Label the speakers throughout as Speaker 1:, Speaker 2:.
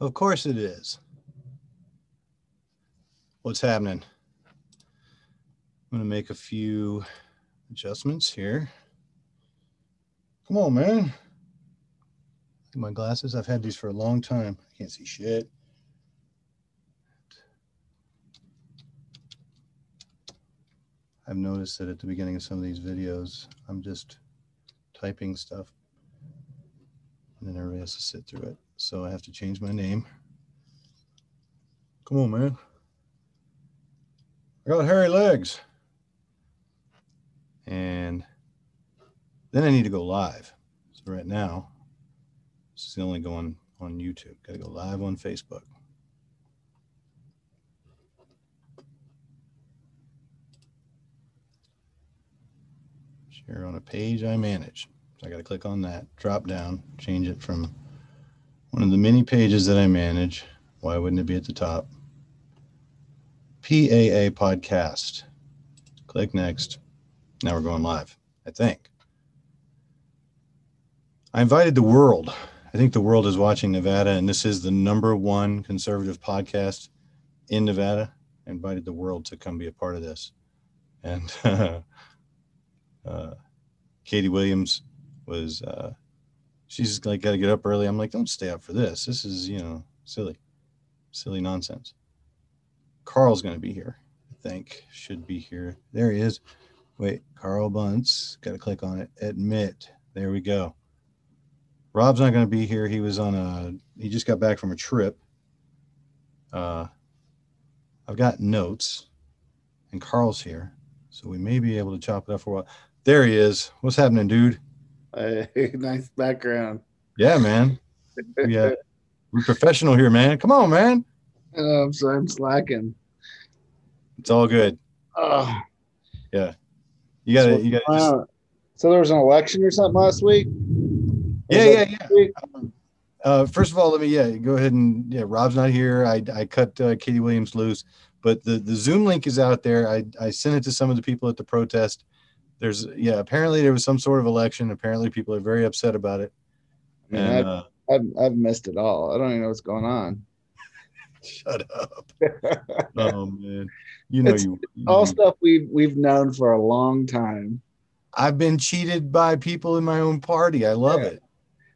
Speaker 1: Of course it is. What's happening? I'm gonna make a few adjustments here. Come on, man. My glasses, I've had these for a long time. I can't see shit. I've noticed that at the beginning of some of these videos, I'm just typing stuff and then everybody has to sit through it. So I have to change my name. Come on, man. I got hairy legs. And then I need to go live. So right now, this is the only going on YouTube. Got to go live on Facebook. Share on a page I manage. So I got to click on that, drop down, change it from one of the many pages that I manage. Why wouldn't it be at the top? PAA podcast. Click next. Now we're going live, I think. I invited the world. I think the world is watching Nevada, and this is the number one conservative podcast in Nevada. I invited the world to come be a part of this. And uh, Katie Williams was uh, she's like got to get up early. I'm like, don't stay up for this. This is you know silly, silly nonsense. Carl's gonna be here. I think should be here. There he is. Wait, Carl Bunce. Got to click on it. Admit. There we go. Rob's not gonna be here. He was on a. He just got back from a trip. Uh, I've got notes, and Carl's here, so we may be able to chop it up for a while. There he is. What's happening, dude?
Speaker 2: Hey, nice background.
Speaker 1: Yeah, man. Yeah, we're professional here, man. Come on, man.
Speaker 2: Oh, I'm sorry, I'm slacking.
Speaker 1: It's all good.
Speaker 2: Oh,
Speaker 1: Yeah, you gotta, you gotta. Just,
Speaker 2: So there was an election or something last week.
Speaker 1: yeah, yeah, yeah.
Speaker 2: yeah.
Speaker 1: Uh, first of all, let me yeah go ahead and yeah. Rob's not here. I I cut uh, Katie Williams loose, but the the Zoom link is out there. I I sent it to some of the people at the protest. There's yeah. Apparently there was some sort of election. Apparently people are very upset about it.
Speaker 2: I mean,
Speaker 1: And,
Speaker 2: I've,
Speaker 1: uh,
Speaker 2: I've, I've missed it all. I don't even know what's going on.
Speaker 1: Mm-hmm. shut up. oh man, you know
Speaker 2: It's
Speaker 1: you. you
Speaker 2: All
Speaker 1: know.
Speaker 2: stuff we've we've known for a long time.
Speaker 1: I've been cheated by people in my own party. I love
Speaker 2: Yeah.
Speaker 1: it.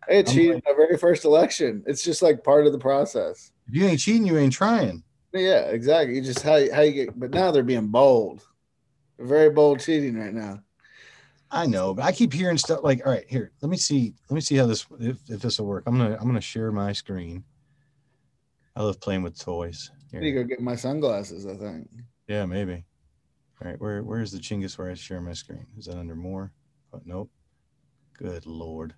Speaker 2: Hey,
Speaker 1: I'm
Speaker 2: cheated
Speaker 1: like-
Speaker 2: my very first election. It's just like part of the process.
Speaker 1: If you ain't cheating, you ain't trying.
Speaker 2: Yeah, exactly. You just how you- how you get. But now they're being bold. They're very bold cheating right now.
Speaker 1: I know, but I keep hearing stuff like, all right, here, let me see, let me see how this if, if this will work. I'm gonna I'm gonna share my screen. I love playing with toys.
Speaker 2: I
Speaker 1: Here.
Speaker 2: need to go get my sunglasses. I think.
Speaker 1: Yeah, maybe. All right, where where is the Chingus where I share my screen? Is that under more? Oh, nope. Good lord.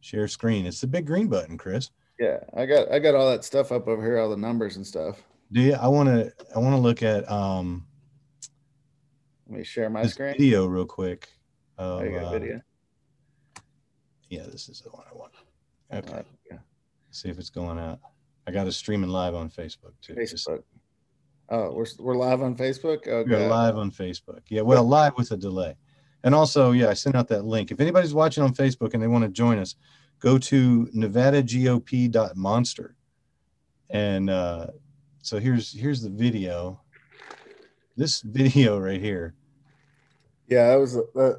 Speaker 1: Share screen. It's the big green button, Chris.
Speaker 2: Yeah, I got I got all that stuff up over here, all the numbers and stuff.
Speaker 1: Do you, I want to I want to look at um
Speaker 2: Let me share my
Speaker 1: this
Speaker 2: screen.
Speaker 1: video real quick. Of,
Speaker 2: I got
Speaker 1: uh,
Speaker 2: a video.
Speaker 1: Yeah, this is the one I want. Okay.
Speaker 2: Uh, yeah,
Speaker 1: See if it's going out. I got it streaming live on Facebook too. Just-
Speaker 2: Facebook. Oh, we're we're live on Facebook. Oh,
Speaker 1: We are
Speaker 2: God.
Speaker 1: live on Facebook. Yeah, well, live with a delay. And also, yeah, I sent out that link. If anybody's watching on Facebook and they want to join us, go to nevadagop.monster. And uh, so here's here's the video. This video right here.
Speaker 2: Yeah, that was uh,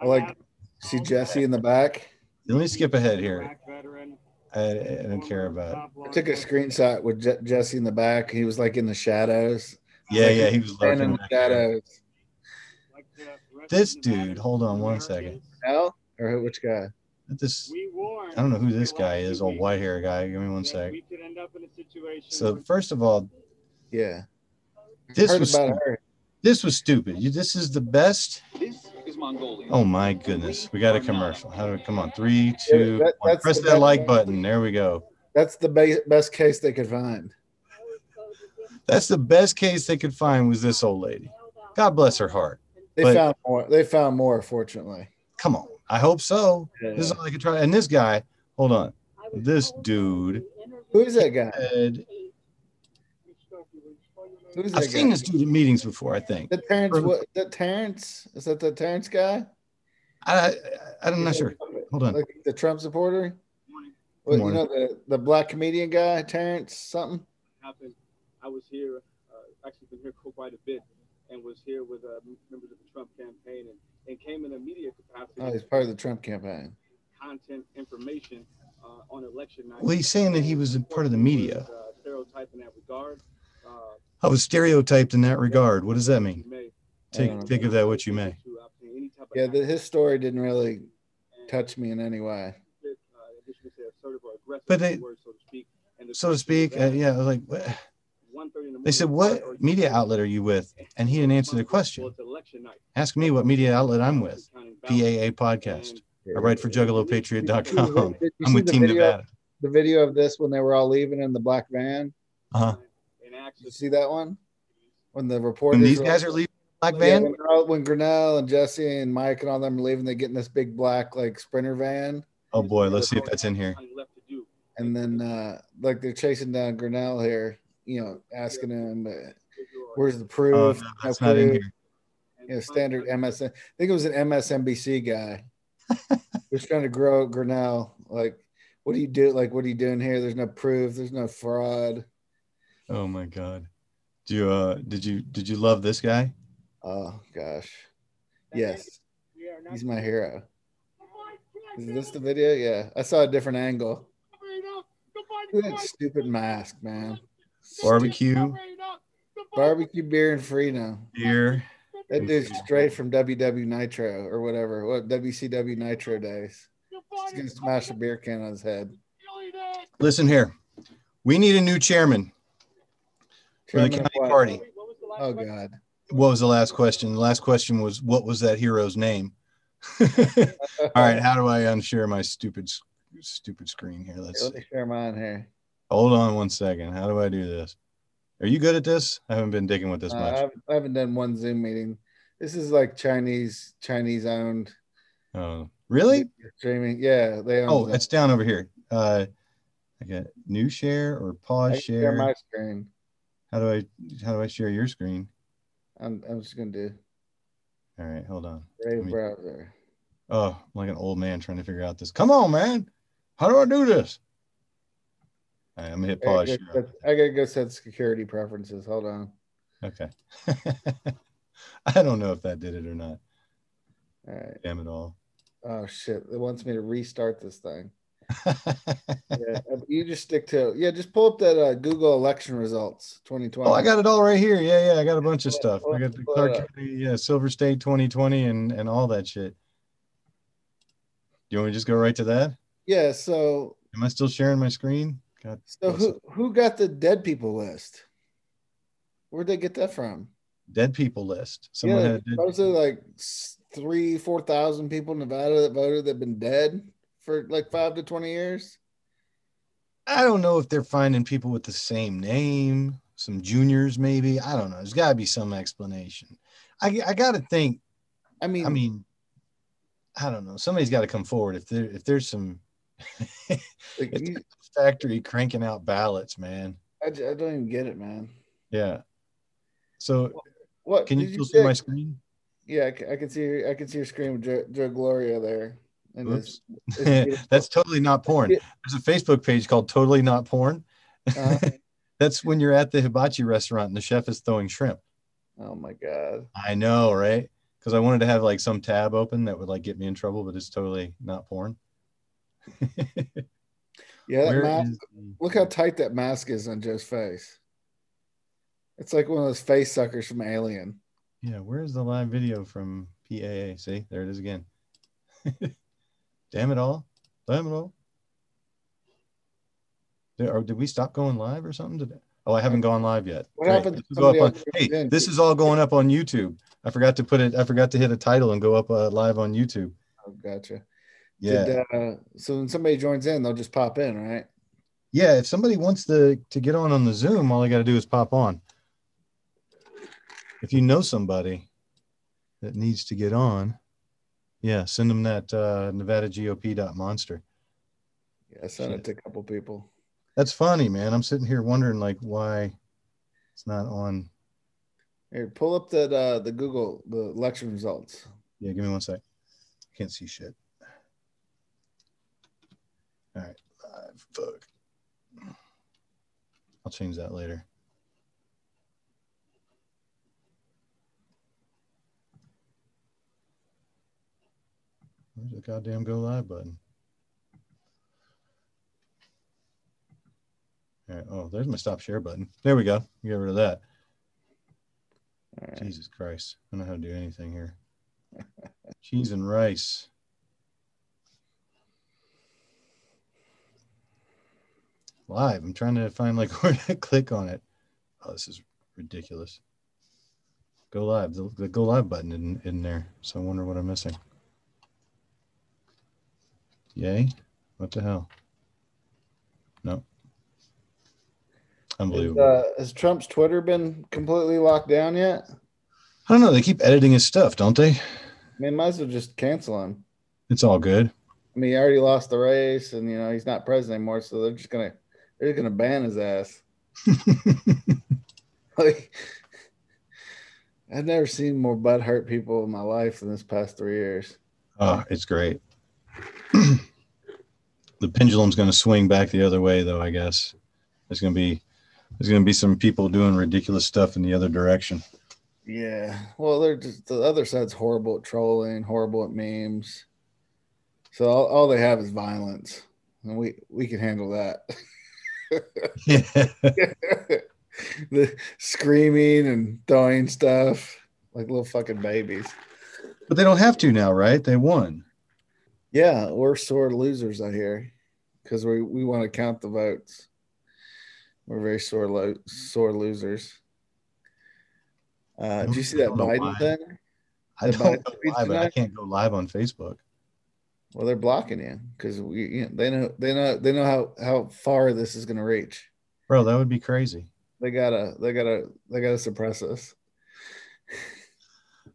Speaker 2: I like see Jesse in the back.
Speaker 1: Let me skip ahead here.
Speaker 3: Veteran,
Speaker 1: I, I don't care about.
Speaker 3: top law
Speaker 2: I took a screenshot with Je- Jesse in the back. He was like in the shadows,
Speaker 1: It. Yeah, yeah, he was
Speaker 2: and in
Speaker 1: lurking.
Speaker 2: the
Speaker 1: back there.
Speaker 2: shadows.
Speaker 3: like the rest
Speaker 1: This
Speaker 3: of Nevada,
Speaker 1: dude. Hold on one
Speaker 3: Americans,
Speaker 1: second.
Speaker 2: No, or who- which guy?
Speaker 1: This
Speaker 3: We warned.
Speaker 1: I don't know who this guy is. Old white hair guy. Give me one sec.
Speaker 3: We could end up in a situation.
Speaker 1: So
Speaker 3: where-
Speaker 1: first of all,
Speaker 2: Yeah,
Speaker 1: this
Speaker 2: heard
Speaker 1: was
Speaker 2: about her.
Speaker 1: this was stupid. You, this is the best
Speaker 4: This is Mongolia.
Speaker 1: Oh my goodness, we got a commercial. How do we come on? Three,
Speaker 2: Yeah,
Speaker 1: two,
Speaker 2: that-
Speaker 1: one.
Speaker 2: that's
Speaker 1: press
Speaker 2: the
Speaker 1: that like
Speaker 2: best-
Speaker 1: button. There we go.
Speaker 2: That's the ba- best case they could find.
Speaker 1: That's the best case they could find was this old lady. God bless her heart.
Speaker 2: They
Speaker 1: But-
Speaker 2: found more. They found more, fortunately.
Speaker 1: Come on. I hope so. This is all I could try. And this guy, hold on. This dude
Speaker 2: Who's that guy?
Speaker 1: had,
Speaker 2: Who's that
Speaker 1: I've seen
Speaker 2: guy?
Speaker 1: this dude in meetings before, I think.
Speaker 2: The Terrence,
Speaker 1: Or-
Speaker 2: what, that Terrence, is that the Terrence guy?
Speaker 1: I, I, I'm not sure. Hold on.
Speaker 2: Like the Trump supporter? Well, you
Speaker 1: morning.
Speaker 2: know the, the black comedian guy, Terrence something.
Speaker 3: happened, I was here, uh, actually been here quite a bit, and was here with uh, members of the Trump campaign and, and came in a media
Speaker 2: Oh, he's
Speaker 3: capacity,
Speaker 2: part of the Trump campaign.
Speaker 3: content, information uh, on election night.
Speaker 1: Well, he's saying that he was a part of the media.
Speaker 3: Uh, stereotype in that regard. Uh,
Speaker 1: I was stereotyped in that regard. What does that
Speaker 3: you
Speaker 1: mean?
Speaker 3: may-
Speaker 1: Take
Speaker 2: Um,
Speaker 1: take of that what you may.
Speaker 3: Any type of
Speaker 2: Yeah, the, his story didn't really
Speaker 3: and-
Speaker 2: touch me in any way.
Speaker 3: uh, addition to assertive or aggressive
Speaker 1: But they-
Speaker 3: words, so to speak. And the
Speaker 1: So to
Speaker 3: question
Speaker 1: speak,
Speaker 3: was
Speaker 1: uh,
Speaker 3: asked,
Speaker 1: yeah, I was like, what?
Speaker 3: 1:30 in the
Speaker 1: they said,
Speaker 3: morning,
Speaker 1: what
Speaker 3: or-
Speaker 1: media outlet are you with? And he didn't answer the
Speaker 3: Well,
Speaker 1: question.
Speaker 3: it's election night.
Speaker 1: Ask me what media outlet I'm with.
Speaker 3: Counting ballots.
Speaker 1: PAA podcast. I write for
Speaker 2: Did you see the-
Speaker 1: juggalopatriot.com.
Speaker 2: did
Speaker 1: I'm
Speaker 2: you see
Speaker 1: with
Speaker 2: the
Speaker 1: Team
Speaker 2: video-
Speaker 1: Nevada.
Speaker 2: The video of this when they were all leaving in the black van.
Speaker 1: Uh-huh.
Speaker 3: And access
Speaker 2: Did you see that one? When the reporters.
Speaker 1: When these
Speaker 2: were-
Speaker 1: guys are leaving Black
Speaker 2: Yeah,
Speaker 1: Van,
Speaker 2: when, they're all- when Grinnell and Jesse and Mike and all them are leaving, they get in this big black like sprinter van,
Speaker 1: oh boy, let's see if that's in here.
Speaker 3: nothing left to do.
Speaker 2: and then uh like they're chasing down Grinnell here, you know, asking him, uh,
Speaker 3: If you are-
Speaker 2: "Where's the
Speaker 1: Oh,
Speaker 2: proof?"
Speaker 1: no, that's not in
Speaker 2: proof.
Speaker 1: here.
Speaker 3: and
Speaker 2: You know,
Speaker 3: find
Speaker 2: standard
Speaker 3: out
Speaker 2: MSN. I think it was an MSNBC guy who's trying to grow Grinnell. Like, what do you do? Like, what are you doing here? There's no proof. There's no fraud.
Speaker 1: Oh my god. Do you uh did you did you love this guy?
Speaker 2: Oh gosh,
Speaker 3: that
Speaker 2: yes,
Speaker 3: we are not-
Speaker 2: he's my hero. Is this the video? Yeah, I saw a different angle. Look at that stupid mask, man.
Speaker 1: Barbecue,
Speaker 2: Barbecue beer and freedom.
Speaker 1: beer.
Speaker 2: That dude's straight from WW Nitro or whatever. What WCW Nitro days. He's gonna smash a beer can on his head.
Speaker 1: Listen here. We need a new chairman. For the
Speaker 2: Chairman of
Speaker 1: county
Speaker 2: what?
Speaker 1: party.
Speaker 3: What was the last
Speaker 2: Oh
Speaker 3: question?
Speaker 2: god.
Speaker 1: What was the last question? The last question was what was that hero's name? All right, how do I unshare my stupid stupid screen here? Let's
Speaker 2: Let
Speaker 1: see.
Speaker 2: me share mine here.
Speaker 1: Hold on one second. How do I do this? Are you good at this? I haven't been digging with this
Speaker 2: Uh,
Speaker 1: much.
Speaker 2: I, haven't, I haven't done one Zoom meeting. This is like Chinese Chinese owned
Speaker 1: Oh, really?
Speaker 2: streaming. Yeah, they own.
Speaker 1: Oh,
Speaker 2: Zoom.
Speaker 1: it's down over here. Uh, I got new share or
Speaker 2: I
Speaker 1: pause
Speaker 2: can share
Speaker 1: share.
Speaker 2: my screen.
Speaker 1: How do I how do I share your screen?
Speaker 2: I'm, I'm just gonna do
Speaker 1: All right, hold on.
Speaker 2: Brave
Speaker 1: me-
Speaker 2: browser.
Speaker 1: Oh, I'm like an old man trying to figure out this. Come on, man. How do I do this? All right, I'm gonna hit
Speaker 2: I gotta,
Speaker 1: pause
Speaker 2: go
Speaker 1: share.
Speaker 2: set, I gotta go set security preferences. Hold on.
Speaker 1: Okay. I don't know if that did it or not.
Speaker 2: All right.
Speaker 1: Damn it all.
Speaker 2: Oh shit! It wants me to restart this thing. Yeah, you just stick to yeah. Just pull up that uh, Google election results 2020.
Speaker 1: Oh, I got it all right here. Yeah, yeah, I got a bunch of
Speaker 2: Pull it-
Speaker 1: stuff.
Speaker 2: pull
Speaker 1: I
Speaker 2: it-
Speaker 1: got the
Speaker 2: pull it
Speaker 1: Clark
Speaker 2: up.
Speaker 1: County, yeah, Silver State 2020 and and all that shit. Do you want me to just go right to that?
Speaker 2: Yeah. So
Speaker 1: Am I still sharing my screen? God.
Speaker 2: so
Speaker 1: bless it.
Speaker 2: who who got the dead people list? Where'd they get that from?
Speaker 1: Dead people list. Someone
Speaker 2: yeah,
Speaker 1: had a dead-
Speaker 2: supposedly like s- three, four thousand people in Nevada that voted that've been dead for like five to twenty years.
Speaker 1: I don't know if they're finding people with the same name, some juniors maybe. I don't know. There's got to be some explanation. I I got to think
Speaker 2: I mean,
Speaker 1: I mean, I don't know. Somebody's got to come forward if there if there's some
Speaker 2: like,
Speaker 1: it's-
Speaker 2: you-
Speaker 1: factory cranking out ballots, man.
Speaker 2: I, j- I don't even get it, man.
Speaker 1: Yeah. So
Speaker 2: What
Speaker 1: can you
Speaker 2: did
Speaker 1: still see my
Speaker 2: pick?
Speaker 1: screen?
Speaker 2: Yeah, I c- I can see your, I can see your screen with Joe, Joe Gloria there. And
Speaker 1: Oops.
Speaker 2: it's- it's beautiful.
Speaker 1: That's totally not porn. There's a Facebook page called Totally Not Porn.
Speaker 2: Uh,
Speaker 1: That's when you're at the hibachi restaurant and the chef is throwing shrimp.
Speaker 2: oh my god.
Speaker 1: I know, right? Because I wanted to have like some tab open that would like get me in trouble, but it's totally not porn.
Speaker 2: Yeah, that
Speaker 1: Where
Speaker 2: mask,
Speaker 1: is the-
Speaker 2: look how tight that mask is on Joe's face. It's like one of those face suckers from Alien.
Speaker 1: Yeah, where's the live video from PAA? See, there it is again. Damn it all. Damn it all. Did, or did we stop going live or something today? Oh, I haven't gone live yet.
Speaker 2: What happened
Speaker 1: This
Speaker 2: to
Speaker 1: is all up
Speaker 2: somebody
Speaker 1: on-
Speaker 2: else who's
Speaker 1: hey,
Speaker 2: in?
Speaker 1: this is all going up on YouTube. I forgot to put it, I forgot to hit a title and go up uh, live on YouTube.
Speaker 2: Oh, gotcha.
Speaker 1: Yeah.
Speaker 2: Did, uh, so when somebody joins in, they'll just pop in, right?
Speaker 1: yeah. If somebody wants to, to get on on the Zoom, all I got to do is pop on. If you know somebody that needs to get on, yeah, send them that uh, NevadaGOP.monster.
Speaker 2: Yeah, I sent
Speaker 1: Shit.
Speaker 2: it to a couple people.
Speaker 1: That's funny, man. I'm sitting here wondering like why it's not on.
Speaker 2: Here, pull up that uh, the Google the election results.
Speaker 1: Yeah, give me one sec. Can't see shit. All right. Uh, Fuck. I'll change that later. Where's the goddamn go live button? All right. Oh, there's my stop share button. There we go. Get rid of that.
Speaker 2: All right.
Speaker 1: Jesus Christ. I don't know how to do anything here. Cheese and rice. Live. I'm trying to find like where to click on it. Oh, this is ridiculous. Go live. The, the go live button in, in there. So I wonder what I'm missing. Yay. What the hell? No.
Speaker 2: Is,
Speaker 1: Unbelievable.
Speaker 2: uh, has Trump's Twitter been completely locked down yet? I
Speaker 1: I don't know. They keep editing his stuff, don't they?
Speaker 2: mean, might as well just cancel him.
Speaker 1: It's all good.
Speaker 2: I mean, he already lost the race, and you know he's not president anymore, so they're just gonna they're just gonna ban his ass. Like, I've never seen more butt hurt people in my life in this past three years.
Speaker 1: Oh, it's great. the pendulum's going to swing back the other way, though. I guess there's going to be there's going to be some people doing ridiculous stuff in the other direction.
Speaker 2: Yeah, well, they're just the other side's horrible at trolling, horrible at memes. So all, all they have is violence, and we we can handle that.
Speaker 1: Yeah,
Speaker 2: the screaming and throwing stuff like little fucking babies.
Speaker 1: but they don't have to now, right? They won.
Speaker 2: Yeah, we're sore losers, I hear, because we, we want to count the votes. We're very sore lo- sore losers. Uh, did you see that
Speaker 1: I don't know why.
Speaker 2: Biden thing?
Speaker 1: I
Speaker 2: The
Speaker 1: don't
Speaker 2: Biden
Speaker 1: know
Speaker 2: tweets
Speaker 1: why, but I
Speaker 2: tonight?
Speaker 1: can't go live on Facebook.
Speaker 2: Well, they're blocking you because we you know, they know they know they know how how far this is going to reach.
Speaker 1: Bro, that would be crazy.
Speaker 2: They gotta they gotta they gotta suppress us.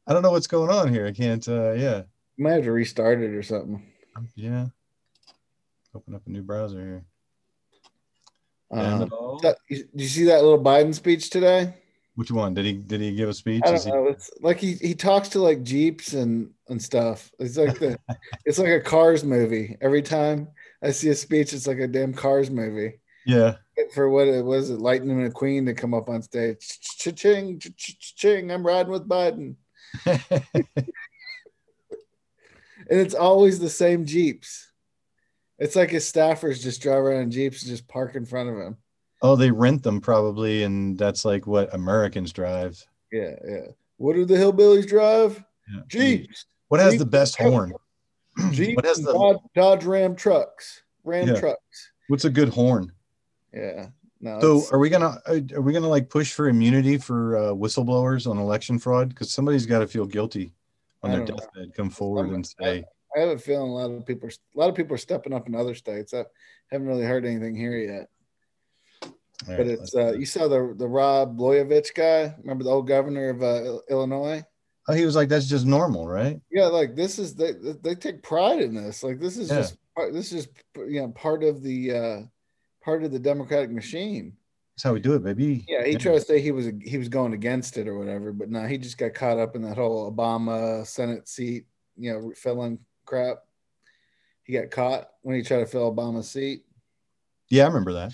Speaker 1: I don't know what's going on here. I can't. Uh, yeah,
Speaker 2: You might have to restart it or something.
Speaker 1: I'm- yeah. Open up a new browser here.
Speaker 2: Um,
Speaker 1: Hello?
Speaker 2: that- you- did you see that little Biden speech today?
Speaker 1: Which one did he? Did he give a speech?
Speaker 2: I
Speaker 1: Is
Speaker 2: don't
Speaker 1: he-
Speaker 2: know. It's like he, he talks to like jeeps and and stuff. It's like the it's like a Cars movie. Every time I see a speech, it's like a damn Cars movie.
Speaker 1: yeah.
Speaker 2: For what it was, it Lightning McQueen to come up on stage. Ching ching. I'm riding with Biden, and it's always the same jeeps. It's like his staffers just drive around in jeeps and just park in front of him.
Speaker 1: Oh, they rent them probably, and that's like what Americans drive.
Speaker 2: Yeah, yeah. What do the hillbillies drive?
Speaker 1: Yeah.
Speaker 2: Jeeps,
Speaker 1: What has
Speaker 2: Jeep.
Speaker 1: the best horn?
Speaker 2: jeeps,
Speaker 1: what has
Speaker 2: and
Speaker 1: the,
Speaker 2: Dodge, Dodge Ram trucks, Ram
Speaker 1: Yeah.
Speaker 2: trucks.
Speaker 1: what's a good horn?
Speaker 2: Yeah. No.
Speaker 1: So,
Speaker 2: Uh, it's-
Speaker 1: are we gonna are are we gonna like push for immunity for uh, whistleblowers on election fraud? Because somebody's got to feel guilty on
Speaker 2: I
Speaker 1: their
Speaker 2: don't know.
Speaker 1: deathbed, come forward and say,
Speaker 2: I have a feeling a lot of people, are- a lot of people are stepping up in other states. I haven't really heard anything here yet.
Speaker 1: "All
Speaker 2: But
Speaker 1: right,
Speaker 2: it's uh,
Speaker 1: let's-
Speaker 2: you saw the the Rob Blojevich guy. Remember the old governor of uh, Il- Illinois?
Speaker 1: oh, he was like, that's just normal, right?
Speaker 2: Yeah, like this is they they take pride in this. Like this is
Speaker 1: Yeah.
Speaker 2: just part, this is you know part of the uh, part of the Democratic machine.
Speaker 1: That's how we do it, baby.
Speaker 2: Yeah, he tried to say he was he was going against it or whatever, but no, he just got caught up in that whole Obama Senate seat, you know, filling crap. He got caught when he tried to fill Obama's seat.
Speaker 1: Yeah, I remember that.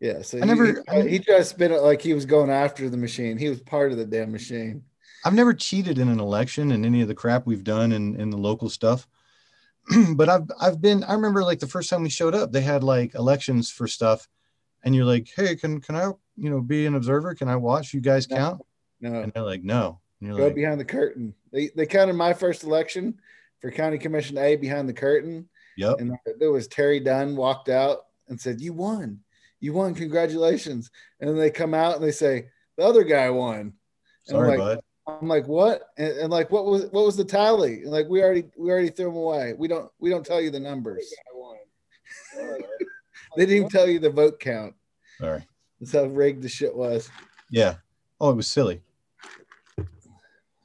Speaker 2: Yeah, so
Speaker 1: I
Speaker 2: he,
Speaker 1: never-
Speaker 2: he,
Speaker 1: I-
Speaker 2: tried, he tried to spin it like he was going after the machine. He was part of the damn machine.
Speaker 1: I've never cheated in an election and any of the crap we've done in, in the local stuff. but I've I've been I remember like the first time we showed up, they had like elections for stuff, and you're like, hey, can can I you know be an observer? Can I watch? You guys
Speaker 2: No.
Speaker 1: count?
Speaker 2: No,
Speaker 1: And they're like, no. And you're
Speaker 2: go
Speaker 1: like,
Speaker 2: behind the curtain. They they counted my first election for County Commission A behind the curtain.
Speaker 1: yep.
Speaker 2: And there was Terry Dunn walked out and said, You won. You won. Congratulations. And then they come out and they say, The other guy won. And I'm
Speaker 1: Sorry,
Speaker 2: like,
Speaker 1: bud.
Speaker 2: I'm like, what? And, and like, what was what was the tally? And like, we already we already threw them away. We don't we don't tell you the numbers.
Speaker 3: I won.
Speaker 2: They didn't even tell you the vote count.
Speaker 1: Sorry.
Speaker 2: That's how rigged the shit was.
Speaker 1: Yeah. Oh, it was silly.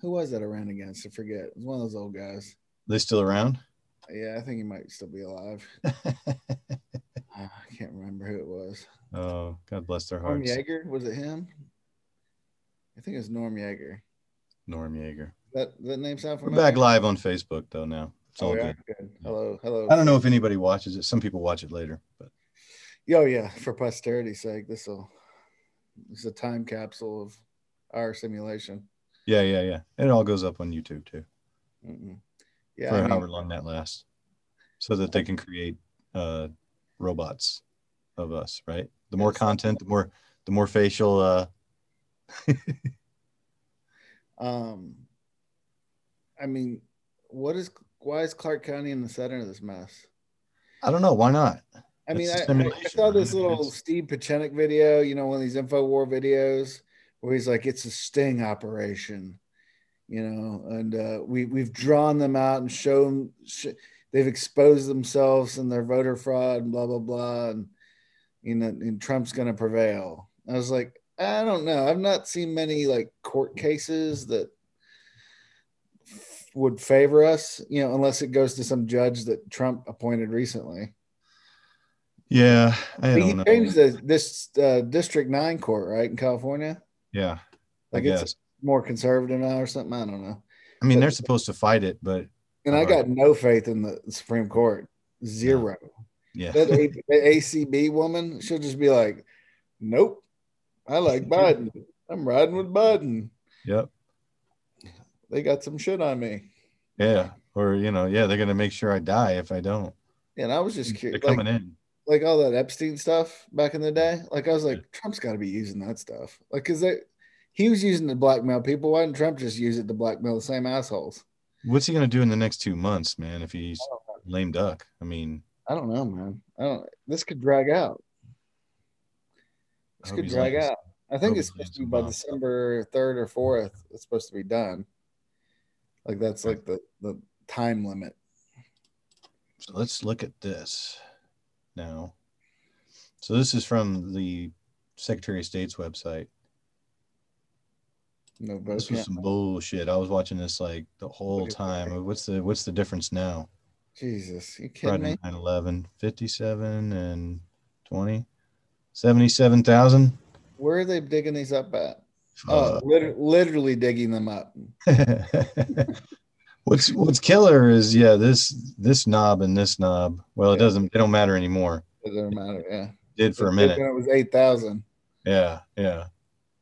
Speaker 2: Who was that around against? I forget. It was one of those old guys.
Speaker 1: They still around?
Speaker 2: Yeah, I think he might still be alive. I can't remember who it was.
Speaker 1: oh, God bless their
Speaker 2: Norm
Speaker 1: hearts.
Speaker 2: Yeager was it him? I think it was Norm Yeager.
Speaker 1: Norm Yeager.
Speaker 2: That that name sound
Speaker 1: We're
Speaker 2: familiar?
Speaker 1: back live on Facebook though now. It's
Speaker 2: Oh,
Speaker 1: all
Speaker 2: we are
Speaker 1: good.
Speaker 2: good. Hello, hello.
Speaker 1: I don't know if anybody watches it. Some people watch it later, but
Speaker 2: Oh yeah, for posterity's sake, this will this is a time capsule of our simulation.
Speaker 1: Yeah, yeah, yeah. It all goes up on YouTube too
Speaker 2: Mm-mm.
Speaker 1: for
Speaker 2: Yeah, I
Speaker 1: however
Speaker 2: mean,
Speaker 1: long that lasts, so that they can create uh, robots of us. Right. The more
Speaker 2: Yes.
Speaker 1: content, the more the more facial. Uh,
Speaker 2: um, I mean, what is why is Clark County in the center of this mess?
Speaker 1: I don't know why not.
Speaker 2: I mean,
Speaker 1: It's a
Speaker 2: I, I- I
Speaker 1: simulation,
Speaker 2: saw this
Speaker 1: right?
Speaker 2: little
Speaker 1: It's-
Speaker 2: Steve Pachenik video, you know, one of these InfoWar videos where he's like, it's a sting operation, you know, and uh, we, we've drawn them out and shown sh- they've exposed themselves and their voter fraud and blah, blah, blah. And, you know, and Trump's going to prevail. I was like, I don't know. I've not seen many like court cases that f- would favor us, you know, unless it goes to some judge that Trump appointed recently.
Speaker 1: Yeah, I
Speaker 2: He
Speaker 1: don't know.
Speaker 2: changed the, this uh, District Nine court, right, in California.
Speaker 1: yeah, I
Speaker 2: Like
Speaker 1: guess.
Speaker 2: it's more conservative now or something. I don't know.
Speaker 1: I mean, they're supposed to fight it, but
Speaker 2: And I got no faith in the Supreme Court. Zero.
Speaker 1: yeah,
Speaker 2: That A- the ACB woman, she'll just be like, "Nope, I like Biden. I'm riding with Biden.
Speaker 1: yep,
Speaker 2: They got some shit on me."
Speaker 1: yeah. Or you know, yeah, they're gonna make sure I die if I don't.
Speaker 2: And I was just
Speaker 1: Mm, They're
Speaker 2: curious, like,
Speaker 1: coming in.
Speaker 2: like all that Epstein stuff back in the day. Like I was like, Trump's got to be using that stuff, like because they, he was using it to blackmail people. Why didn't Trump just use it to blackmail the same assholes?
Speaker 1: What's he gonna do in the next two months, man? If he's lame duck, I mean,
Speaker 2: I don't know, man. I don't. This could drag out.
Speaker 1: I
Speaker 2: This
Speaker 1: hope
Speaker 2: could
Speaker 1: he's
Speaker 2: drag
Speaker 1: like-
Speaker 2: out. I think
Speaker 1: hope he's
Speaker 2: it's supposed to be
Speaker 1: like
Speaker 2: by
Speaker 1: some-
Speaker 2: December third or fourth. It's supposed to be done. Like that's like the the time limit.
Speaker 1: So let's look at this now. So this is from the Secretary of State's website.
Speaker 2: No vote
Speaker 1: This was
Speaker 2: count.
Speaker 1: some bullshit. I was watching this like the whole
Speaker 2: Look at that.
Speaker 1: time. What's the what's the difference now?
Speaker 2: Jesus, you kidding
Speaker 1: Friday
Speaker 2: me?
Speaker 1: 9 11, 57 and 20, 77,000.
Speaker 2: Where are they digging these up at? Oh,
Speaker 1: Fuck.
Speaker 2: literally, literally digging them up.
Speaker 1: what's what's killer is yeah, this this knob and this knob. Well, it
Speaker 2: Yeah.
Speaker 1: doesn't they don't matter anymore.
Speaker 2: It doesn't matter. Yeah,
Speaker 1: Did for a
Speaker 2: When
Speaker 1: minute.
Speaker 2: It was eight thousand.
Speaker 1: Yeah, yeah.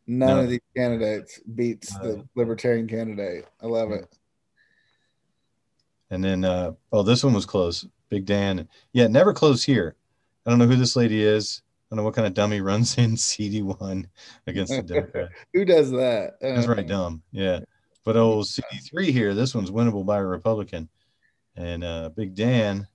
Speaker 2: None
Speaker 1: No. Uh,
Speaker 2: of these candidates beats the libertarian candidate. I love it.
Speaker 1: And then, uh, oh, this one was close. Big Dan. Yeah, never close here. I don't know who this lady is. I don't know what kind of dummy runs in CD1 against the Democrat.
Speaker 2: Who does that?
Speaker 1: That's
Speaker 2: Uh,
Speaker 1: right, dumb. Yeah. But oh, old CD3 here, this one's winnable by a Republican. And uh, Big Dan,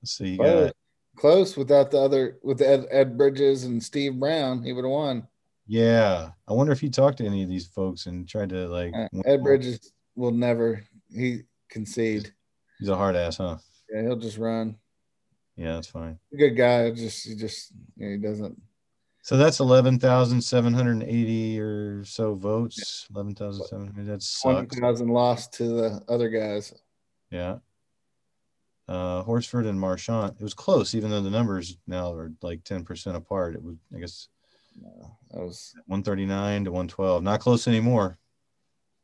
Speaker 1: let's see, you
Speaker 2: Well,
Speaker 1: got,
Speaker 2: close without the other with Ed, Ed Bridges and Steve Brown, he would have won.
Speaker 1: yeah. I wonder if he talked to any of these folks and tried to, like,
Speaker 2: Uh,
Speaker 1: win-
Speaker 2: Ed Bridges will never he concede.
Speaker 1: he's a hard ass, huh?
Speaker 2: Yeah, he'll just run.
Speaker 1: Yeah, that's fine.
Speaker 2: Good guy. Just he just yeah, he doesn't.
Speaker 1: So that's 11,780 or so votes. 11,700. That
Speaker 2: Twenty
Speaker 1: sucks.
Speaker 2: thousand lost to the other guys.
Speaker 1: Yeah. Uh, Horsford and Marchant. It was close, even though the numbers now are like 10% apart. It was, I guess,
Speaker 2: That was
Speaker 1: 139 to 112. Not close anymore.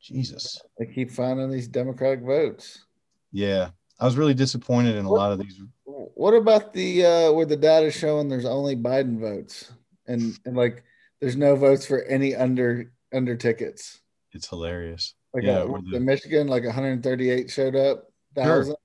Speaker 1: Jesus.
Speaker 2: they keep finding these Democratic votes.
Speaker 1: Yeah. I was really disappointed in a lot of these.
Speaker 2: What about the uh where the data showing there's only Biden votes and, and like there's no votes for any under under tickets.
Speaker 1: It's hilarious.
Speaker 2: Like
Speaker 1: Yeah,
Speaker 2: uh,
Speaker 1: where the-
Speaker 2: in Michigan, like 138 showed up.
Speaker 1: Sure.
Speaker 2: Thousand.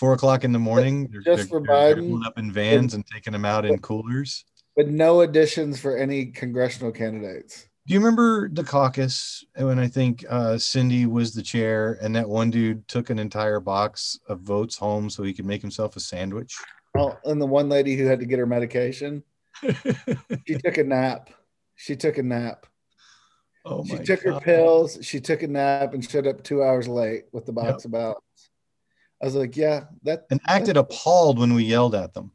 Speaker 1: Four o'clock in the morning. They're,
Speaker 2: Just
Speaker 1: they're-
Speaker 2: for
Speaker 1: they're- they're
Speaker 2: Biden?
Speaker 1: going up in vans and taking them out in coolers.
Speaker 2: but no additions for any congressional candidates.
Speaker 1: Do you remember the caucus when I think uh, Cindy was the chair and that one dude took an entire box of votes home so he could make himself a sandwich?
Speaker 2: Oh, and the one lady who had to get her medication, she took a nap. She took a nap.
Speaker 1: Oh
Speaker 2: she
Speaker 1: my
Speaker 2: took her
Speaker 1: God.
Speaker 2: pills. She took a nap and showed up two hours late with the box of ballots. I was like, yeah, that,
Speaker 1: and acted appalled when we yelled at them.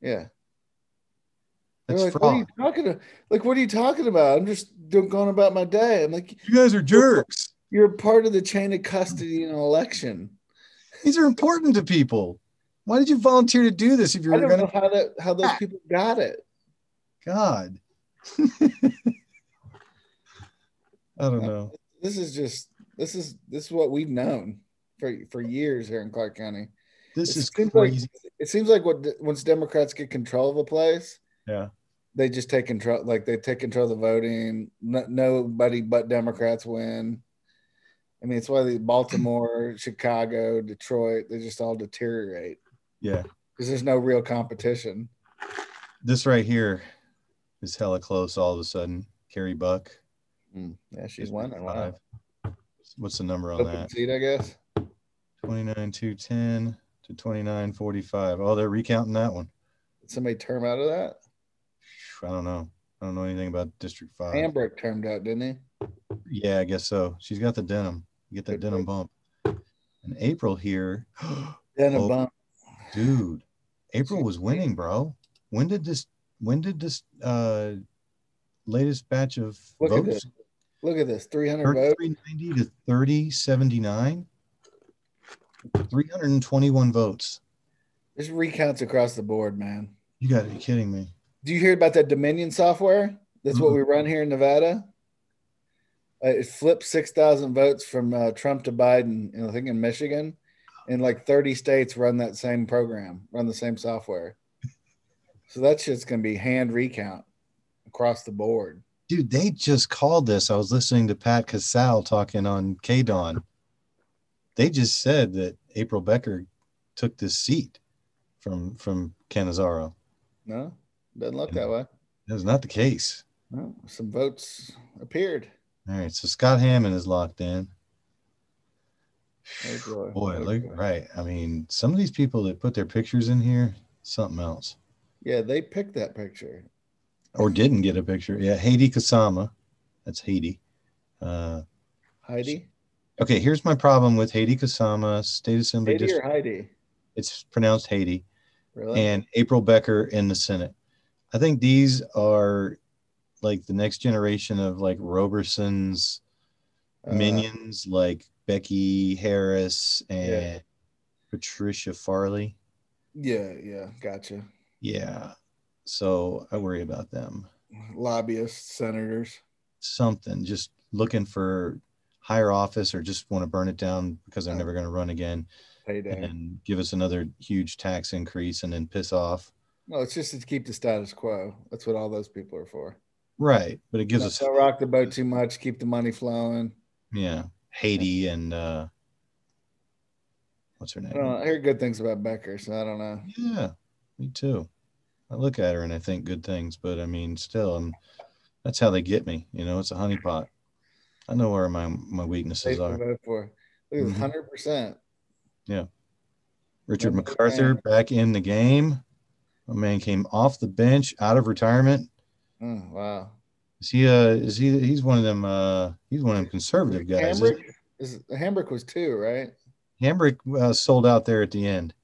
Speaker 2: yeah. They're
Speaker 1: That's
Speaker 2: like, what are you
Speaker 1: fraud.
Speaker 2: talking about? Like, what are you talking about? I'm just doing, going about my day. I'm like,
Speaker 1: You guys are jerks.
Speaker 2: you're part of the chain of custody in an election.
Speaker 1: These are important to people. Why did you volunteer to do this if you
Speaker 2: I
Speaker 1: were
Speaker 2: don't
Speaker 1: going
Speaker 2: know
Speaker 1: to?
Speaker 2: how that how those people got it.
Speaker 1: God. I don't know.
Speaker 2: this is just this is this is what we've known for for years here in Clark County.
Speaker 1: This
Speaker 2: It
Speaker 1: is
Speaker 2: seems like-
Speaker 1: crazy.
Speaker 2: It seems like what once Democrats get control of a place,
Speaker 1: Yeah.
Speaker 2: they just take control. Like they take control of the voting. No, nobody but Democrats win. I mean, it's why the Baltimore, Chicago, Detroit, they just all deteriorate
Speaker 1: yeah.
Speaker 2: because there's no real competition.
Speaker 1: This right here is hella close all of a sudden. Carrie Buck.
Speaker 2: Yeah, she's winning. Wow.
Speaker 1: 55. What's the number on
Speaker 2: Open
Speaker 1: that?
Speaker 2: seat, I guess.
Speaker 1: 29 to 10 to 29 45. Oh, they're recounting that one.
Speaker 2: Did somebody term out of that?
Speaker 1: I don't know. I don't know anything about District 5.
Speaker 2: Hambrick termed out, didn't he?
Speaker 1: Yeah, I guess so. She's got the denim. You get that
Speaker 2: Good
Speaker 1: denim bump. And April here,
Speaker 2: Then a
Speaker 1: Oh.
Speaker 2: bump.
Speaker 1: dude. April was winning, bro. When did this? When did this uh latest batch of
Speaker 2: Look at
Speaker 1: votes?
Speaker 2: this. Look at this 300 votes.
Speaker 1: 390 to 3079. 321 votes.
Speaker 2: There's recounts across the board, man.
Speaker 1: You gotta be kidding me.
Speaker 2: Do you hear about that Dominion software? That's what we run here in Nevada. Uh, it flipped 6,000 votes from uh, Trump to Biden, and I think in Michigan. And like 30 states run that same program, run the same software. So that shit's going to be hand recount across the board.
Speaker 1: Dude, they just called this. I was listening to Pat Casal talking on K Don. They just said that April Becker took this seat from from Canizaro.
Speaker 2: No, doesn't look that way.
Speaker 1: That is not the case.
Speaker 2: No, some votes appeared.
Speaker 1: All right, so Scott Hammond is locked in.
Speaker 2: Oh, boy.
Speaker 1: Boy,
Speaker 2: Oh,
Speaker 1: look
Speaker 2: boy.
Speaker 1: right. I mean, some of these people that put their pictures in here, something else,
Speaker 2: Yeah, they picked that picture.
Speaker 1: or didn't get a picture. Yeah, Haiti Kasama, that's Haiti. Uh,
Speaker 2: Heidi?
Speaker 1: okay, here's my problem with Haiti Kasama State Assembly
Speaker 2: Haiti or
Speaker 1: District.
Speaker 2: Heidi?
Speaker 1: It's pronounced Haiti.
Speaker 2: Really?
Speaker 1: and April Becker in the Senate. I think these are like the next generation of like Roberson's
Speaker 2: Uh,
Speaker 1: minions, like Becky Harris and
Speaker 2: Yeah.
Speaker 1: Patricia Farley.
Speaker 2: Yeah, yeah, gotcha.
Speaker 1: Yeah. So I worry about them.
Speaker 2: lobbyists, senators.
Speaker 1: Something just looking for higher office or just want to burn it down because they're
Speaker 2: Yeah.
Speaker 1: never going to run again
Speaker 2: Payday.
Speaker 1: and give us another huge tax increase and then piss off.
Speaker 2: No, it's just to keep the status quo. That's what all those people are for.
Speaker 1: Right. But it gives
Speaker 2: Don't
Speaker 1: us
Speaker 2: don't rock the boat too much. Keep the money flowing.
Speaker 1: Yeah, Haiti and uh, what's her name?
Speaker 2: I, don't know. I hear good things about Becker, so I don't know.
Speaker 1: yeah, me too. I look at her and I think good things, but I mean, still, i that's how they get me. You know, it's a honeypot. I know where my my
Speaker 2: Safe
Speaker 1: weaknesses
Speaker 2: to
Speaker 1: are.
Speaker 2: vote for. Look
Speaker 1: Mhm.
Speaker 2: at hundred percent.
Speaker 1: Richard
Speaker 2: Remember
Speaker 1: MacArthur
Speaker 2: that.
Speaker 1: back in the game. My man came off the bench, out of retirement.
Speaker 2: Oh, wow.
Speaker 1: Is he? Uh, is he? He's one of them. Uh, he's one of them conservative guys. isn't
Speaker 2: Hambrick is Hambrick was two, right?
Speaker 1: he? Hambrick uh, sold out there at the end.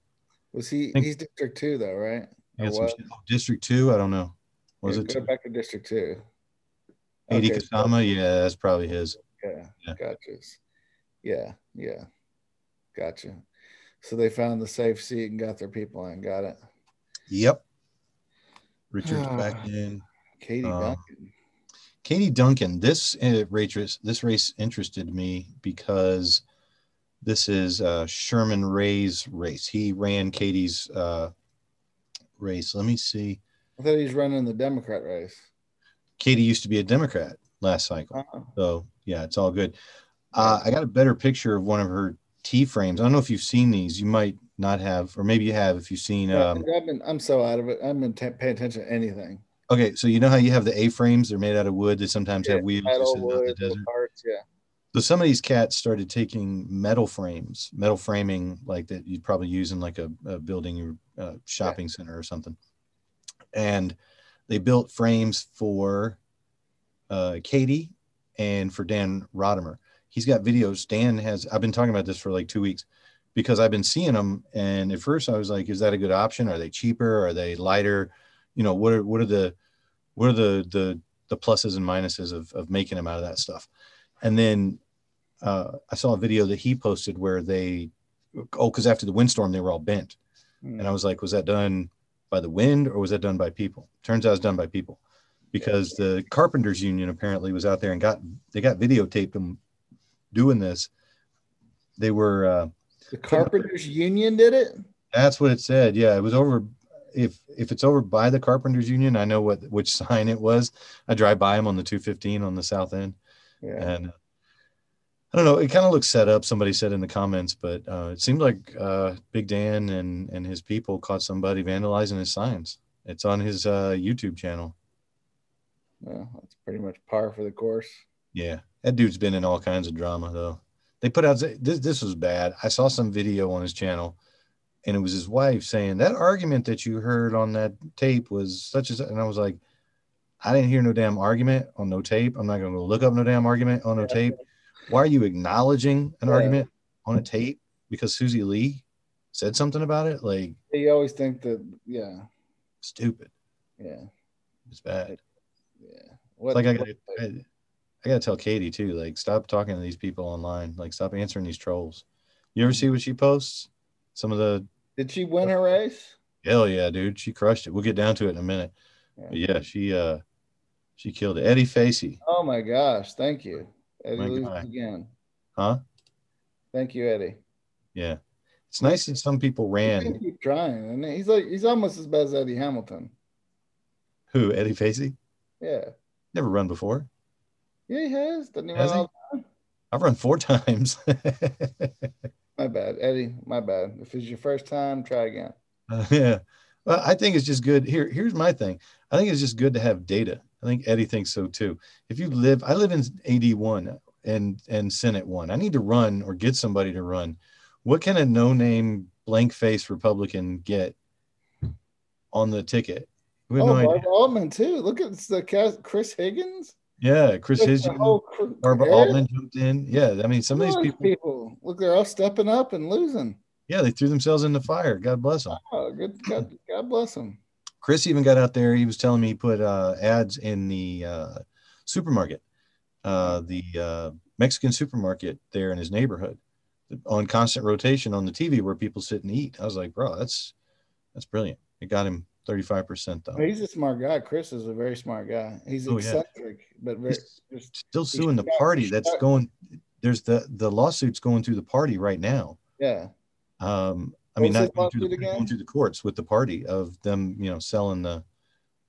Speaker 2: Was he?
Speaker 1: Think-
Speaker 2: He's district two though, right?
Speaker 1: He
Speaker 2: Or
Speaker 1: had some
Speaker 2: was?
Speaker 1: shit- oh, District Two. I don't know. Was
Speaker 2: Yeah,
Speaker 1: it
Speaker 2: go back to district two?
Speaker 1: Haiti
Speaker 2: Okay, so-
Speaker 1: Kasama? Yeah, that's probably his.
Speaker 2: Yeah,
Speaker 1: Yeah.
Speaker 2: gotcha. Yeah, yeah, gotcha. So they found the safe seat and got their people in. Got it.
Speaker 1: Yep. Richard's back in.
Speaker 2: Katie
Speaker 1: Um,
Speaker 2: Duncan.
Speaker 1: Katie Duncan. This uh, race, this race interested me because this is uh, Sherman Ray's race. He ran Katie's uh, race. Let me see.
Speaker 2: I thought he was running the Democrat race.
Speaker 1: Katie used to be a Democrat last cycle,
Speaker 2: Oh,
Speaker 1: so yeah, it's all good. Uh, I got a better picture of one of her T frames. I don't know if you've seen these. You might not have, or maybe you have if you've seen.
Speaker 2: yeah,
Speaker 1: Um,
Speaker 2: I've been, I'm so out of it. I haven't been t- paying attention to anything.
Speaker 1: Okay, so you know how you have the A frames? They're made out of wood. They sometimes
Speaker 2: Yeah,
Speaker 1: have wheels. They
Speaker 2: Metal,
Speaker 1: send out in the
Speaker 2: wood,
Speaker 1: desert.
Speaker 2: parts, yeah.
Speaker 1: So some of these cats started taking metal frames, metal framing like that you'd probably use in like a, a building or uh, shopping center or something. And they built frames for uh, Katie and for Dan Rodimer. He's got videos. Dan has, I've been talking about this for like two weeks because I've been seeing them. And at first I was like, is that a good option? Are they cheaper? Are they lighter? You know, what are, what are the, what are the, the, the pluses and minuses of, of making them out of that stuff? And then uh, I saw a video that he posted where they, oh, because after the windstorm they were all bent,
Speaker 2: Mm.
Speaker 1: and I was like, was that done by the wind or was that done by people? Turns out it's done by people, because the carpenters union apparently was out there and got they got videotaped them doing this. They were uh,
Speaker 2: The Carpenters Union did it.
Speaker 1: That's what it said. Yeah, it was over. If if it's over by the Carpenters Union, I know what which sign it was. I drive by them on the 215 on the south end,
Speaker 2: Yeah.
Speaker 1: and uh, I don't know. It kind of looks set up. Somebody said in the comments, but uh, it seemed like uh, Big Dan and and his people caught somebody vandalizing his signs. It's on his uh, YouTube channel.
Speaker 2: Well, that's pretty much par for the course.
Speaker 1: Yeah, that dude's been in all kinds of drama though. They put out this. This was bad. I saw some video on his channel, and it was his wife saying that argument that you heard on that tape was such as. And I was like, I didn't hear no damn argument on no tape. I'm not gonna go look up no damn argument on no
Speaker 2: Yeah.
Speaker 1: tape. Why are you acknowledging an
Speaker 2: Yeah.
Speaker 1: argument on a tape because Susie Lee said something about it? Like
Speaker 2: You always think that, yeah,
Speaker 1: stupid.
Speaker 2: yeah,
Speaker 1: It's bad.
Speaker 2: yeah. What,
Speaker 1: like I gotta, I, I gotta tell Katie too. Like, stop talking to these people online. Like, stop answering these trolls. You ever see what she posts? Some of the
Speaker 2: did she win her race?
Speaker 1: hell yeah, dude, she crushed it. We'll get down to it in a minute.
Speaker 2: Yeah.
Speaker 1: But yeah, she uh, she killed it. Eddie Facey,
Speaker 2: Oh my gosh! Thank you, Eddie.
Speaker 1: My
Speaker 2: Loses
Speaker 1: guy.
Speaker 2: again.
Speaker 1: huh?
Speaker 2: Thank you, Eddie.
Speaker 1: Yeah, it's nice that some people
Speaker 2: He's gonna
Speaker 1: ran.
Speaker 2: keep trying, and he's like he's almost as bad as Eddie Hamilton.
Speaker 1: Who Eddie Facey?
Speaker 2: Yeah,
Speaker 1: Never run before.
Speaker 2: yeah, he has. Doesn't he
Speaker 1: Has
Speaker 2: run
Speaker 1: he?
Speaker 2: all-
Speaker 1: I've run four times.
Speaker 2: My bad, Eddie. My bad. If it's your first time, try again.
Speaker 1: Uh, yeah. Well, I think it's just good. Here, here's my thing. I think it's just good to have data. I think Eddie thinks so too. If you live, I live in AD one and and Senate one. I need to run or get somebody to run. What can a no name blank face Republican get on the ticket? We
Speaker 2: Oh,
Speaker 1: have no idea.
Speaker 2: Barb Altman too. Look at the cast, Chris Higgins.
Speaker 1: Yeah, Chris
Speaker 2: Look at the
Speaker 1: Higgins,
Speaker 2: whole cr-
Speaker 1: Barbara
Speaker 2: area.
Speaker 1: Altman jumped in. Yeah, I mean some of these
Speaker 2: Look at
Speaker 1: people.
Speaker 2: Look, they're all stepping up and losing.
Speaker 1: Yeah, they threw themselves in the fire. God bless them.
Speaker 2: Oh, good. God, God bless them.
Speaker 1: Chris even got out there. He was telling me he put uh, ads in the uh, supermarket, uh, the uh, Mexican supermarket there in his neighborhood, on constant rotation on the TV where people sit and eat. I was like, bro, that's that's brilliant. It got him thirty five percent though.
Speaker 2: He's a smart guy. Chris is a very smart guy. He's
Speaker 1: Oh, yeah.
Speaker 2: eccentric, but very,
Speaker 1: He's-
Speaker 2: just
Speaker 1: Still suing the party. That's going. There's the the lawsuits going through the party right now.
Speaker 2: yeah.
Speaker 1: um i
Speaker 2: What
Speaker 1: mean
Speaker 2: was his
Speaker 1: not going through, the,
Speaker 2: lawsuit again?
Speaker 1: going through the courts with the party of them you know selling the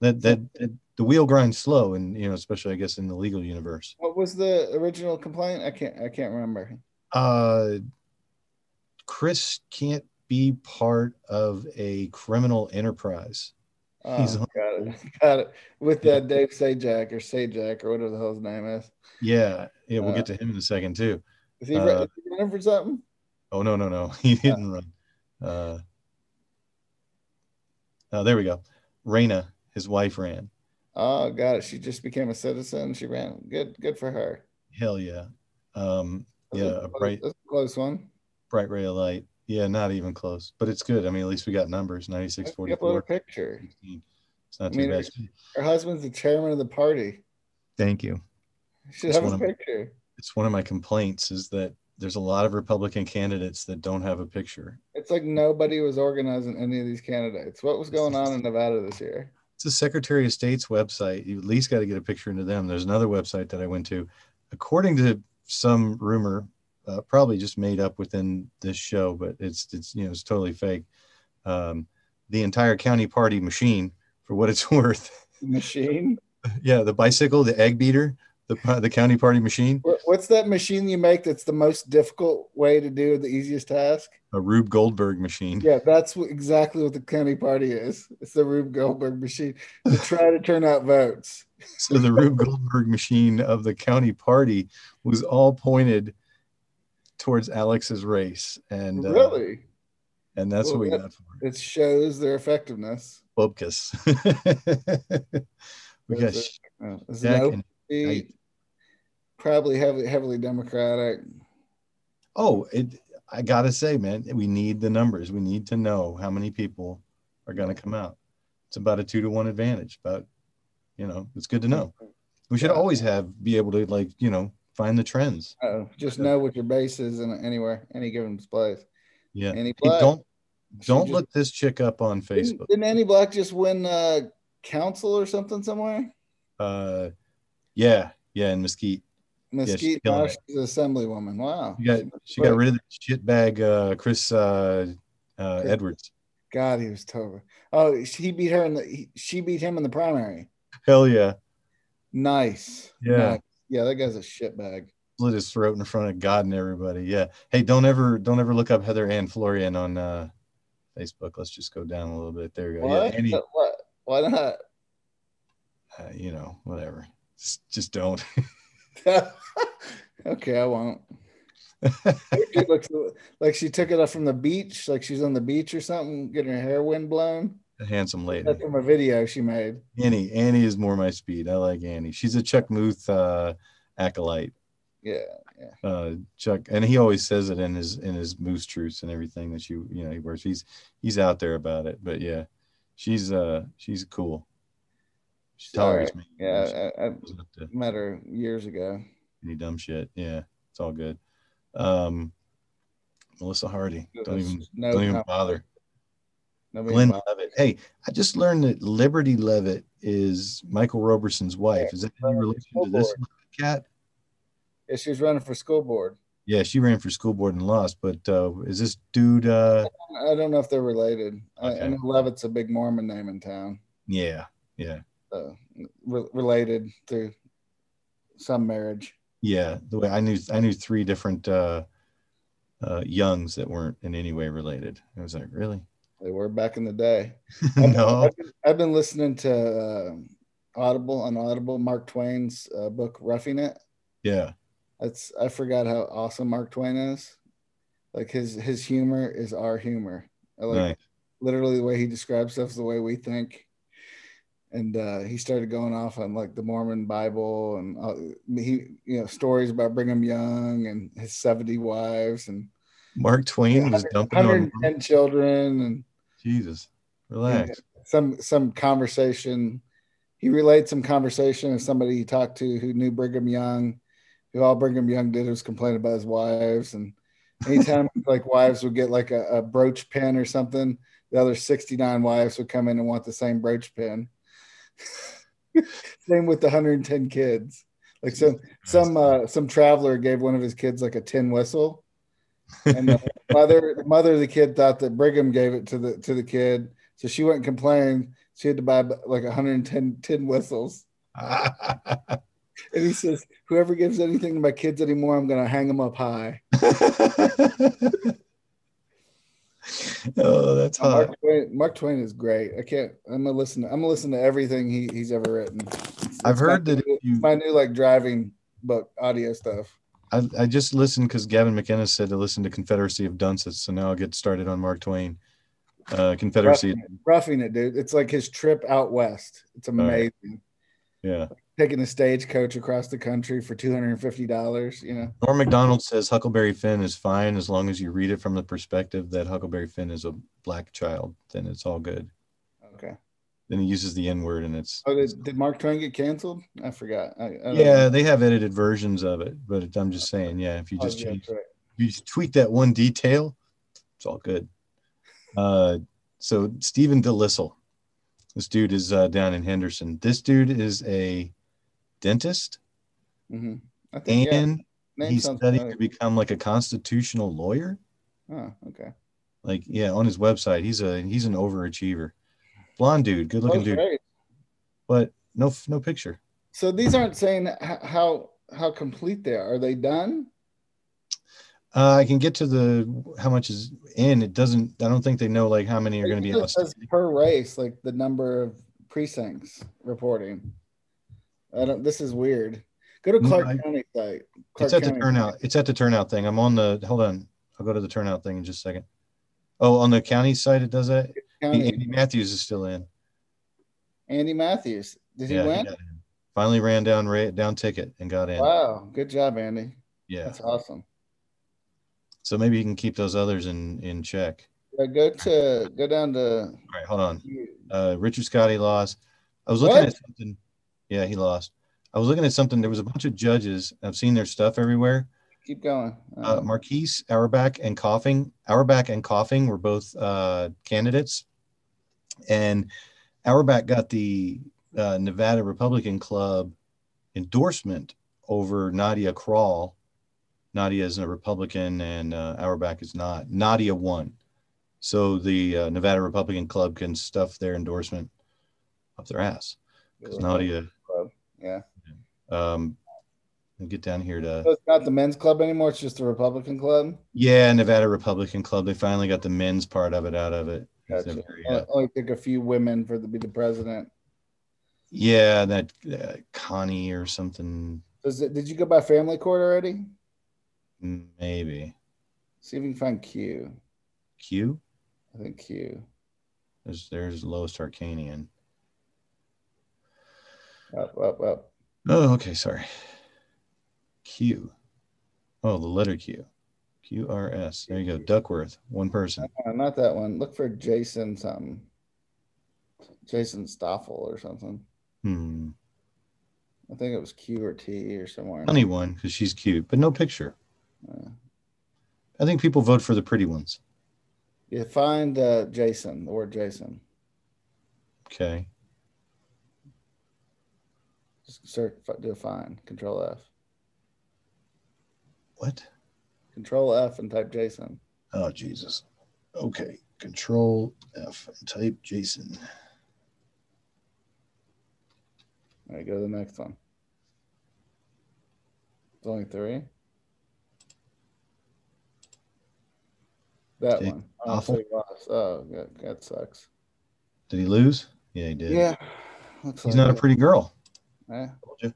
Speaker 1: that that, that the wheel grinds slow and you know especially i guess in the legal universe
Speaker 2: What was the original complaint? I can't. I can't remember.
Speaker 1: uh chris can't be part of a criminal enterprise
Speaker 2: Oh,
Speaker 1: He's on-
Speaker 2: got it. Got it. With that Dave Sajak or Sajak or whatever the hell his name is.
Speaker 1: yeah yeah we'll
Speaker 2: Uh,
Speaker 1: get to him in a second too
Speaker 2: Is he,
Speaker 1: Uh,
Speaker 2: re- is he running for something?
Speaker 1: oh no no no he didn't run uh oh there we go Raina, his wife ran
Speaker 2: Oh, got it. She just became a citizen. She ran. Good. Good for her.
Speaker 1: hell yeah um
Speaker 2: That's a
Speaker 1: Yeah, a
Speaker 2: close-
Speaker 1: bright-
Speaker 2: That's a close one.
Speaker 1: bright ray of light. Yeah, not even close, but it's good. I mean, at least we got numbers
Speaker 2: Let's
Speaker 1: 96
Speaker 2: Upload a
Speaker 1: 44.
Speaker 2: picture.
Speaker 1: It's not
Speaker 2: I
Speaker 1: too
Speaker 2: mean,
Speaker 1: bad.
Speaker 2: Her husband's the chairman of the party.
Speaker 1: Thank you.
Speaker 2: You should
Speaker 1: That's
Speaker 2: have
Speaker 1: one
Speaker 2: a
Speaker 1: of my-
Speaker 2: picture.
Speaker 1: It's one of my complaints is that there's a lot of Republican candidates that don't have a picture.
Speaker 2: It's like nobody was organizing any of these candidates. What was going on in Nevada this year?
Speaker 1: It's the Secretary of State's website. You at least got to get a picture into them. There's another website that I went to. According to some rumor, uh, probably just made up within this show, but it's it's you know it's totally fake. Um, the entire county party machine, for what it's worth,
Speaker 2: Machine?
Speaker 1: Yeah, the bicycle, the egg beater, the the county party machine,
Speaker 2: What- What's that machine you make that's the most difficult way to do the easiest task?
Speaker 1: a Rube Goldberg machine.
Speaker 2: Yeah, that's what, exactly what the county party is. It's the Rube Goldberg machine to try to turn out votes.
Speaker 1: So the Rube Goldberg machine of the county party was all pointed towards Alex's race, and uh,
Speaker 2: really?
Speaker 1: and that's what we
Speaker 2: Well,
Speaker 1: got for it.
Speaker 2: It shows their effectiveness.
Speaker 1: Bubkus. we got
Speaker 2: That's Uh, this is an
Speaker 1: Jack
Speaker 2: open
Speaker 1: and
Speaker 2: seat,
Speaker 1: Knight.
Speaker 2: probably heavily, heavily Democratic.
Speaker 1: oh, it. I gotta say, man, we need the numbers. We need to know how many people are gonna come out. It's about a two to one advantage, but you know, it's good to know. We should
Speaker 2: Yeah.
Speaker 1: always have be able to like you know find the trends.
Speaker 2: Oh, just know what your base is in anywhere, any given place.
Speaker 1: Yeah.
Speaker 2: Any
Speaker 1: Hey,
Speaker 2: black.
Speaker 1: don't
Speaker 2: She
Speaker 1: don't
Speaker 2: just-
Speaker 1: look this chick up on
Speaker 2: Didn't,
Speaker 1: Facebook.
Speaker 2: didn't Annie Black just win uh, council or something somewhere?
Speaker 1: Uh, yeah, yeah, in Mesquite,
Speaker 2: Mesquite,
Speaker 1: killing
Speaker 2: now
Speaker 1: it.
Speaker 2: she's an assemblywoman. Wow.
Speaker 1: she got she got rid of that shitbag uh, Chris uh, uh,
Speaker 2: Good.
Speaker 1: Edwards.
Speaker 2: God, he was terrible. Oh, she beat her in the. he- She beat him in the primary.
Speaker 1: Hell yeah.
Speaker 2: Nice.
Speaker 1: Yeah.
Speaker 2: Nice. Yeah, that guy's a shitbag.
Speaker 1: Slit his throat in front of God and everybody. Yeah. Hey, don't ever don't ever look up Heather Ann Florian on uh, Facebook. Let's just go down a little bit. There you go.
Speaker 2: What?
Speaker 1: Yeah, Annie, uh,
Speaker 2: But what? Why not?
Speaker 1: you know, whatever. Just, just don't.
Speaker 2: okay, I won't. She looks like she took it up from the beach, like she's on the beach or something, getting her hair wind blown.
Speaker 1: A handsome lady.
Speaker 2: That's from a video she made.
Speaker 1: Annie. Annie is more my speed. I like Annie. She's a Chuck Muth uh, acolyte.
Speaker 2: Yeah.
Speaker 1: uh Chuck and he always says it in his in his moose truths and everything that you you know he wears. He's he's out there about it. But yeah, she's uh she's cool. She
Speaker 2: All
Speaker 1: tolerates me. you know,
Speaker 2: Yeah. uh, I, I
Speaker 1: She doesn't up to
Speaker 2: met her years ago.
Speaker 1: any dumb shit. Yeah, it's all good. Um Melissa Hardy. Don't even
Speaker 2: no,
Speaker 1: don't even
Speaker 2: com-
Speaker 1: bother.
Speaker 2: no being
Speaker 1: Glenn
Speaker 2: bothered.
Speaker 1: Levitt. Hey, I just learned that Liberty Levitt is Michael Roberson's wife. Is that any relation to this cat?
Speaker 2: Yeah, she was running for school board.
Speaker 1: Yeah, she ran for school board and lost, but uh is this dude uh
Speaker 2: I don't know if they're related. I, I
Speaker 1: Okay.
Speaker 2: know Levitt's a big Mormon name in town,
Speaker 1: yeah, yeah.
Speaker 2: so re- related through some marriage.
Speaker 1: Yeah, the way I knew I knew three different uh uh Youngs that weren't in any way related. I was like, really?
Speaker 2: They were back in the day.
Speaker 1: no.
Speaker 2: I've been, I've been listening to uh, Audible on Audible, Mark Twain's uh, book Roughing It.
Speaker 1: Yeah.
Speaker 2: That's I forgot how awesome Mark Twain is. Like his his humor is our humor. I like
Speaker 1: Nice.
Speaker 2: literally the way he describes stuff is the way we think. And uh, he started going off on like the Mormon Bible and uh, he you know stories about Brigham Young and his seventy wives and
Speaker 1: Mark Twain was dumping on
Speaker 2: 110 children and
Speaker 1: Jesus. Relax.
Speaker 2: some some conversation. He relayed some conversation of somebody he talked to who knew Brigham Young, who all Brigham Young did was complain about his wives. And anytime like wives would get like a, a brooch pin or something, the other 69 wives would come in and want the same brooch pin. same with the 110 kids. Like some some uh, some traveler gave one of his kids like a tin whistle, and the mother the mother of the kid thought that Brigham gave it to the to the kid, so she went and complained. She had to buy like 110 tin whistles, and he says, "Whoever gives anything to my kids anymore, I'm gonna hang them up high."
Speaker 1: oh, that's hot.
Speaker 2: Mark, Twain, Mark Twain is great. I can't. I'm gonna listen. I'm gonna listen to everything he, he's ever written. It's-
Speaker 1: I've
Speaker 2: it's
Speaker 1: heard
Speaker 2: my
Speaker 1: that
Speaker 2: new-
Speaker 1: if you-
Speaker 2: it's my new like driving book audio stuff.
Speaker 1: I, I just listened because Gavin McInnes said to listen to Confederacy of Dunces, so now I'll get started on Mark Twain. Uh Confederacy.
Speaker 2: Roughing it, roughing it, dude. It's like his trip out west. It's amazing.
Speaker 1: right. Yeah.
Speaker 2: Taking a stagecoach across the country for two hundred and fifty dollars. You know,
Speaker 1: Norm McDonald says Huckleberry Finn is fine as long as you read it from the perspective that Huckleberry Finn is a black child, then it's all good.
Speaker 2: okay.
Speaker 1: Then he uses the N word and it's
Speaker 2: Oh, did, did Mark Twain get canceled? I forgot. I, I don't know.
Speaker 1: yeah, they have edited versions of it, but I'm just saying, yeah, if you
Speaker 2: Oh, Oh,
Speaker 1: just
Speaker 2: yeah,
Speaker 1: change,
Speaker 2: that's right.
Speaker 1: if you just tweak that one detail, it's all good. Uh, so Stephen DeLisle, this dude is uh, down in Henderson. This dude is a dentist
Speaker 2: Mhm. I think yeah,
Speaker 1: and
Speaker 2: name
Speaker 1: he's
Speaker 2: sounds
Speaker 1: studying
Speaker 2: familiar.
Speaker 1: to become like a constitutional lawyer.
Speaker 2: Oh, okay.
Speaker 1: like yeah on his website he's a he's an overachiever blonde dude good looking
Speaker 2: Oh,
Speaker 1: dude
Speaker 2: great.
Speaker 1: but no no picture
Speaker 2: So these aren't saying h- how how complete they are. Are they done?
Speaker 1: uh, i can get to the how much is in it doesn't i don't think they know like how many are going to be
Speaker 2: It just says
Speaker 1: outstanding.
Speaker 2: per race, like the number of precincts reporting. I don't. This is weird. Go to
Speaker 1: No,
Speaker 2: Clark
Speaker 1: Mm, I-
Speaker 2: County site. Clark
Speaker 1: it's at the
Speaker 2: County.
Speaker 1: turnout it's at the turnout thing i'm on the hold on i'll go to the turnout thing in just a second oh on the county site it does that
Speaker 2: County.
Speaker 1: andy matthews is still in
Speaker 2: Andy Matthews. Did he
Speaker 1: yeah he
Speaker 2: win?
Speaker 1: got in. finally ran down ra- down ticket and got in
Speaker 2: Wow, good job, Andy.
Speaker 1: yeah
Speaker 2: That's awesome.
Speaker 1: so maybe you can keep those others in in check
Speaker 2: Yeah, go to go down to.
Speaker 1: all right hold on uh, Richard Scotty lost. I was looking
Speaker 2: What?
Speaker 1: at something. Yeah, he lost. I was looking at something. There was a bunch of judges. I've seen their stuff everywhere.
Speaker 2: Keep going.
Speaker 1: Uh,
Speaker 2: Uh,
Speaker 1: Marquise, Auerbach, and Coughing. Auerbach and Coughing were both uh, candidates. And Auerbach got the uh, Nevada Republican Club endorsement over Nadia Crawl. Nadia is a Republican and uh, Auerbach is not. Nadia won. so the uh, Nevada Republican Club can stuff their endorsement up their ass. Because Nadia,
Speaker 2: Yeah.
Speaker 1: um, let me get down here to
Speaker 2: So it's not the men's club anymore. It's just the Republican club.
Speaker 1: yeah, Nevada Republican Club. They finally got the men's part of it out of it.
Speaker 2: Gotcha.
Speaker 1: Yeah,
Speaker 2: Only, only took a few women for to be the president.
Speaker 1: yeah, that uh, Connie or something,
Speaker 2: Does it, did you go by family court already?
Speaker 1: maybe
Speaker 2: See if you can find Q.
Speaker 1: Q.
Speaker 2: I think Q.
Speaker 1: There's there's Lois Tarkanian.
Speaker 2: Up, up, up.
Speaker 1: Oh, okay, sorry. Q. Oh, the letter Q. Q R S. There you go. Duckworth, one person.
Speaker 2: No, Uh, not that one. Look for Jason something. Jason Stoffel or something.
Speaker 1: Hmm.
Speaker 2: I think it was Q or T or somewhere.
Speaker 1: Funny one because she's cute, but no picture.
Speaker 2: Uh,
Speaker 1: I think people vote for the pretty ones.
Speaker 2: you find uh, Jason, the word Jason.
Speaker 1: Okay.
Speaker 2: Just search, do a find. Control F.
Speaker 1: What?
Speaker 2: Control F and type Jason.
Speaker 1: Oh, Jesus. Okay. Control F and type Jason.
Speaker 2: All right, go to the next one. It's only three. That
Speaker 1: Okay,
Speaker 2: one. Oh,
Speaker 1: awful.
Speaker 2: so you lost. Oh, that, that sucks.
Speaker 1: Did he lose? Yeah, he did.
Speaker 2: Yeah. Looks eh,
Speaker 1: He's not a
Speaker 2: it.
Speaker 1: pretty girl.
Speaker 2: Yeah.
Speaker 1: Told you.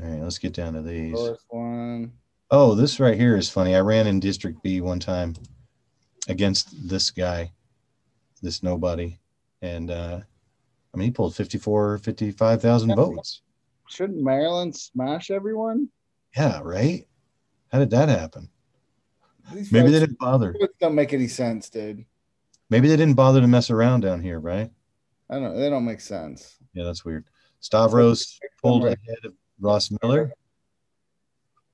Speaker 1: All right, let's get down to these.
Speaker 2: Lowest one.
Speaker 1: Oh, this right here is funny. I ran in District B one time against this guy, this nobody. And uh, I mean, he pulled 54, 55,000 votes.
Speaker 2: Shouldn't Maryland smash everyone?
Speaker 1: Yeah, right? How did that happen?
Speaker 2: These
Speaker 1: Maybe they
Speaker 2: votes-
Speaker 1: didn't bother.
Speaker 2: votes don't make any sense, dude.
Speaker 1: Maybe they didn't bother to mess around down here, right?
Speaker 2: I don't. They don't make sense.
Speaker 1: Yeah, that's weird. Stavros pulled
Speaker 2: Right.
Speaker 1: ahead of Ross Miller.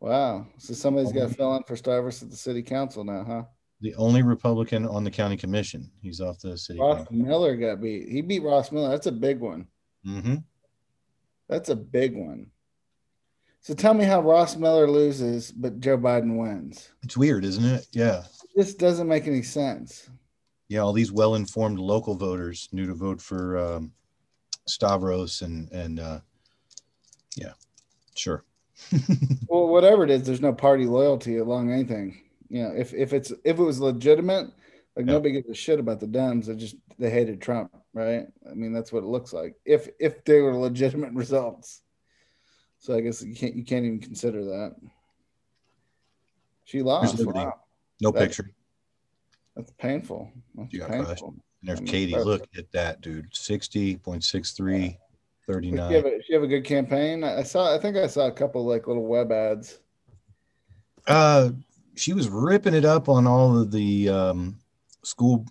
Speaker 2: Wow. So somebody's got to fill in for Starvis at the city council now, huh?
Speaker 1: The only Republican on the county commission. He's off the city.
Speaker 2: Ross Miller got beat. He beat Ross Miller. That's a big one.
Speaker 1: Mm-hmm.
Speaker 2: That's a big one. So tell me how Ross Miller loses, but Joe Biden wins.
Speaker 1: It's weird, isn't it? Yeah.
Speaker 2: This doesn't make any sense.
Speaker 1: yeah, all these well-informed local voters knew to vote for um, Stavros and and uh, yeah, sure.
Speaker 2: Well, whatever it is, there's no party loyalty along anything. You know, if if it's if it was legitimate, like
Speaker 1: Yeah.
Speaker 2: nobody gives a shit about the Dems. They just they hated Trump, right? I mean, that's what it looks like. If if they were legitimate results, so I guess you can't you can't even consider that. She lost.
Speaker 1: Liberty?
Speaker 2: Wow.
Speaker 1: No
Speaker 2: That-
Speaker 1: picture.
Speaker 2: That's painful. That's
Speaker 1: You got
Speaker 2: painful.
Speaker 1: And there's
Speaker 2: I'm
Speaker 1: Katie.
Speaker 2: impressed.
Speaker 1: Look at that, dude. Sixty point six three, thirty
Speaker 2: Did She have,
Speaker 1: nine.
Speaker 2: a, she have a good campaign. I I saw. I think I saw a couple like little web ads.
Speaker 1: Uh, she was ripping it up on all of the um, school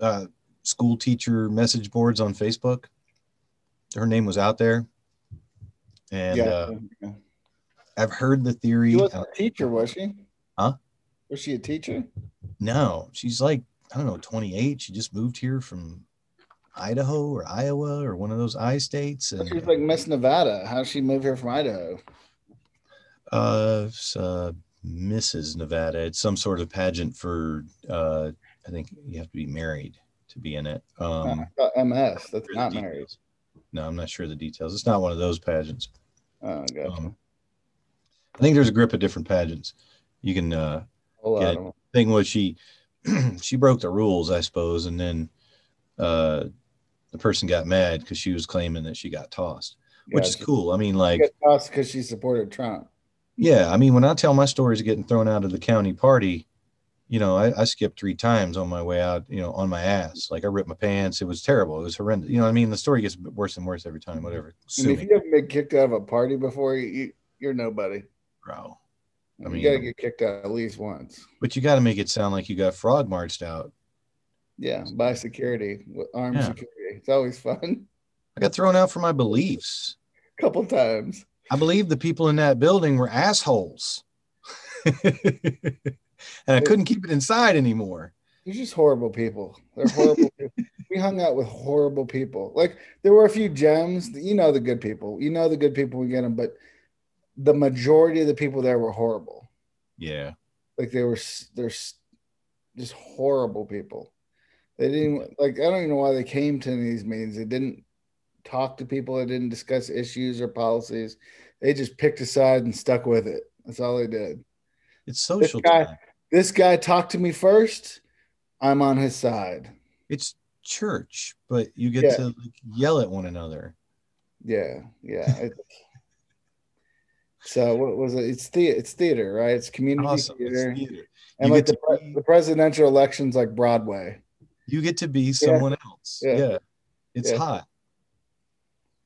Speaker 1: uh, school teacher message boards on Facebook. Her name was out there, and uh,
Speaker 2: yeah.
Speaker 1: I've heard the theory.
Speaker 2: she wasn't a teacher, was she?
Speaker 1: Huh?
Speaker 2: Was she a teacher?
Speaker 1: No, she's like, I don't know, 28. She just moved here from Idaho or Iowa or one of those I states.
Speaker 2: She was
Speaker 1: And
Speaker 2: like Miss Nevada. How would she move here from Idaho?
Speaker 1: uh, it's, uh, Mrs. Nevada, it's some sort of pageant for, uh, I think you have to be married to be in it. Um,
Speaker 2: Uh, MS. That's
Speaker 1: for the
Speaker 2: not married.
Speaker 1: details. No, I'm not sure of the details. It's not one of those pageants.
Speaker 2: Oh, gotcha.
Speaker 1: Um, I think there's a grip of different pageants. You can, uh,
Speaker 2: A lot
Speaker 1: yeah.
Speaker 2: of them.
Speaker 1: thing was she she broke the rules, I suppose, and then uh, the person got mad because she was claiming that she got tossed, which is
Speaker 2: Gotcha.
Speaker 1: cool. I mean, like,
Speaker 2: She got tossed because she supported Trump.
Speaker 1: yeah, I mean, when I tell my stories of getting thrown out of the county party, you know, I, I skipped three times on my way out, you know, on my ass. Like I ripped my pants. It was terrible. It was horrendous. You know, what I mean, the story gets worse and worse every time. Whatever.
Speaker 2: I mean, if
Speaker 1: Sue me,
Speaker 2: Mm-hmm. you haven't been kicked out of a party before, you, you you're nobody.
Speaker 1: bro. I
Speaker 2: I mean,
Speaker 1: mean-
Speaker 2: you gotta get kicked out at least once.
Speaker 1: But you got to make it sound like you got fraud marched out.
Speaker 2: Yeah, by security, with armed
Speaker 1: Yeah.
Speaker 2: security. It's always fun.
Speaker 1: I got thrown out for my beliefs.
Speaker 2: A couple times.
Speaker 1: I believe the people in that building were assholes. and I couldn't keep it inside anymore.
Speaker 2: They're just horrible people. They're horrible people. We hung out with horrible people. Like there were a few gems. You know the good people. You know the good people we get them, but the majority of the people there were horrible.
Speaker 1: Yeah.
Speaker 2: Like they were s- they're s- just horrible people. They didn't like. I don't even know why they came to any of these meetings. They didn't talk to people. They didn't discuss issues or policies. They just picked a side and stuck with it. That's all they did.
Speaker 1: It's social
Speaker 2: guy-
Speaker 1: time.
Speaker 2: This guy talked to me first. I'm on his side.
Speaker 1: It's church, but you get
Speaker 2: Yeah.
Speaker 1: to like, yell at one another.
Speaker 2: Yeah, yeah. It- so what was it? It's the it's theater, right? It's community
Speaker 1: Awesome. It's
Speaker 2: theater,
Speaker 1: theater.
Speaker 2: and
Speaker 1: You get
Speaker 2: like the,
Speaker 1: to
Speaker 2: pre-
Speaker 1: be-
Speaker 2: the presidential elections, like Broadway.
Speaker 1: You get to be someone else.
Speaker 2: Yeah.
Speaker 1: Yeah. It's
Speaker 2: Yeah.
Speaker 1: hot.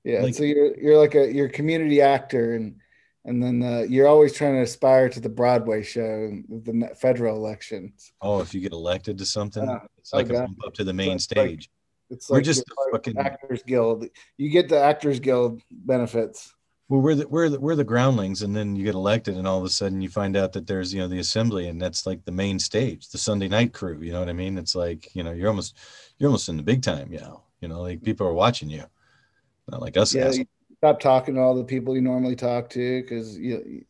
Speaker 2: Yeah,
Speaker 1: Like-
Speaker 2: so you're you're like a you're a community actor, and and then uh, you're always trying to aspire to the Broadway show, and the ne- federal elections.
Speaker 1: Oh, if you get elected to something,
Speaker 2: Yeah.
Speaker 1: it's like
Speaker 2: Okay.
Speaker 1: a bump up to the main
Speaker 2: Uh, oh, It's like-
Speaker 1: stage.
Speaker 2: It's
Speaker 1: We're
Speaker 2: like
Speaker 1: just
Speaker 2: the
Speaker 1: a fucking-
Speaker 2: Actors Guild. You get the Actors Guild benefits.
Speaker 1: Well, we're the, we're the, we're the groundlings, and then you get elected, and all of a sudden you find out that there's you know the assembly, and that's like the main stage, the Sunday night crew. You know what I mean? It's like you know you're almost you're almost in the big time now. You know, like people are watching you, not like us.
Speaker 2: Yeah,
Speaker 1: assholes.
Speaker 2: you stop talking to all the people you normally talk to because you, you-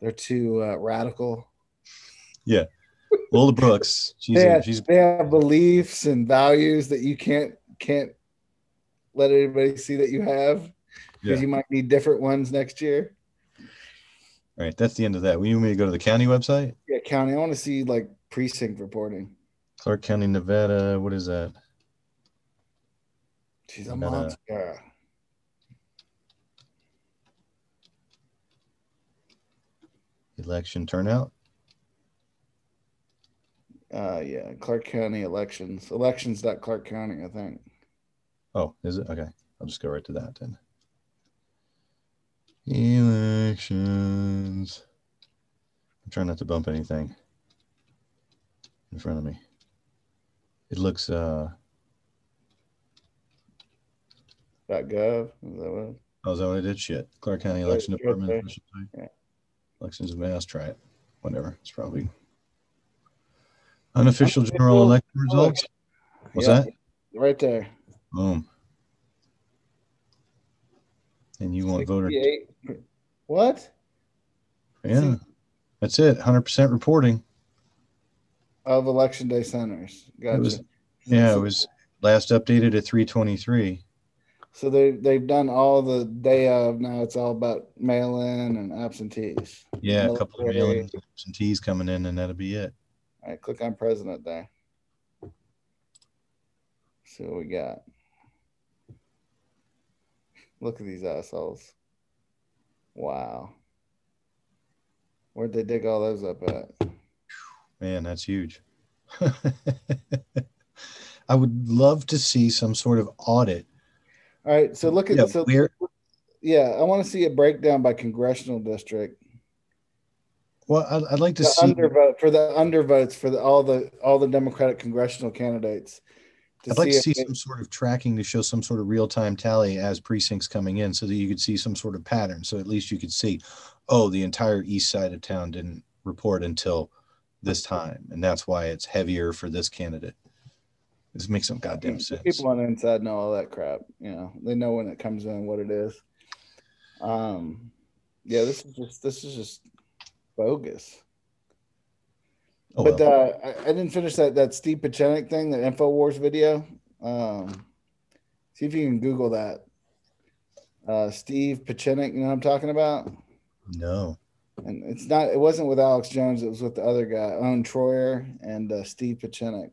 Speaker 2: they're too uh, radical.
Speaker 1: Lola Brooks, she's
Speaker 2: Yeah.
Speaker 1: a, she's
Speaker 2: They have beliefs and values that you can't can't let anybody see that you have
Speaker 1: Yeah.
Speaker 2: because you might need different ones next year.
Speaker 1: all right. That's the end of that. We want me to go to the county website,
Speaker 2: Yeah, county. I want to see like precinct reporting.
Speaker 1: Clark County, Nevada. What is that?
Speaker 2: She's a
Speaker 1: And then, uh,
Speaker 2: monster.
Speaker 1: Election turnout.
Speaker 2: Uh, yeah, Clark County elections. Elections.clark County, I think.
Speaker 1: Oh, is it? Okay. I'll just go right to that then. Elections. I'm trying not to bump anything in front of me. It looks uh
Speaker 2: Dot gov. Is that what?
Speaker 1: oh is that what I did? Shit. Clark County
Speaker 2: Yeah,
Speaker 1: Election
Speaker 2: it's right
Speaker 1: Department.
Speaker 2: there.
Speaker 1: official site.
Speaker 2: Yeah.
Speaker 1: Elections of Mass, try it. Whatever. It's probably unofficial
Speaker 2: Unofficial
Speaker 1: general election results. What's
Speaker 2: Yeah,
Speaker 1: that?
Speaker 2: Right there.
Speaker 1: Boom. And you want voter
Speaker 2: 68. What?
Speaker 1: Yeah. That's it. 100% reporting.
Speaker 2: Of election day centers. Gotcha.
Speaker 1: was- Yeah, it was last updated at 323.
Speaker 2: So they they've done all the day of. Now it's all about mail in and absentees.
Speaker 1: Yeah, a couple of
Speaker 2: Military.
Speaker 1: mailings, some teas coming in, and that'll be it.
Speaker 2: All right, click on president there. See what we got. Look at these assholes. Wow. Where'd they dig all those up at?
Speaker 1: Man, that's huge. I would love to see some sort of audit.
Speaker 2: All right, so look at
Speaker 1: Yeah,
Speaker 2: so
Speaker 1: where,
Speaker 2: yeah, I want to see a breakdown by congressional district.
Speaker 1: well, I'd, I'd like to
Speaker 2: The
Speaker 1: see.
Speaker 2: undervote for the undervotes for the all the all the Democratic congressional candidates.
Speaker 1: I'd like to see
Speaker 2: if they-
Speaker 1: some sort of tracking to show some sort of real time tally as precincts coming in, so that you could see some sort of pattern. So at least you could see, oh, the entire east side of town didn't report until this time, and that's why it's heavier for this candidate. This makes some goddamn sense.
Speaker 2: People on the inside know all that crap. You know, they know when it comes in, what it is. Um, yeah, this is just this is just bogus.
Speaker 1: Oh,
Speaker 2: but
Speaker 1: well.
Speaker 2: uh, I, I didn't finish that that Steve Pachenik thing, that Infowars video. Um, see if you can Google that. Uh, Steve Pachenik, you know what I'm talking about?
Speaker 1: no.
Speaker 2: And it's not. It wasn't with Alex Jones. It was with the other guy, Owen Troyer, and uh, Steve Pachenik.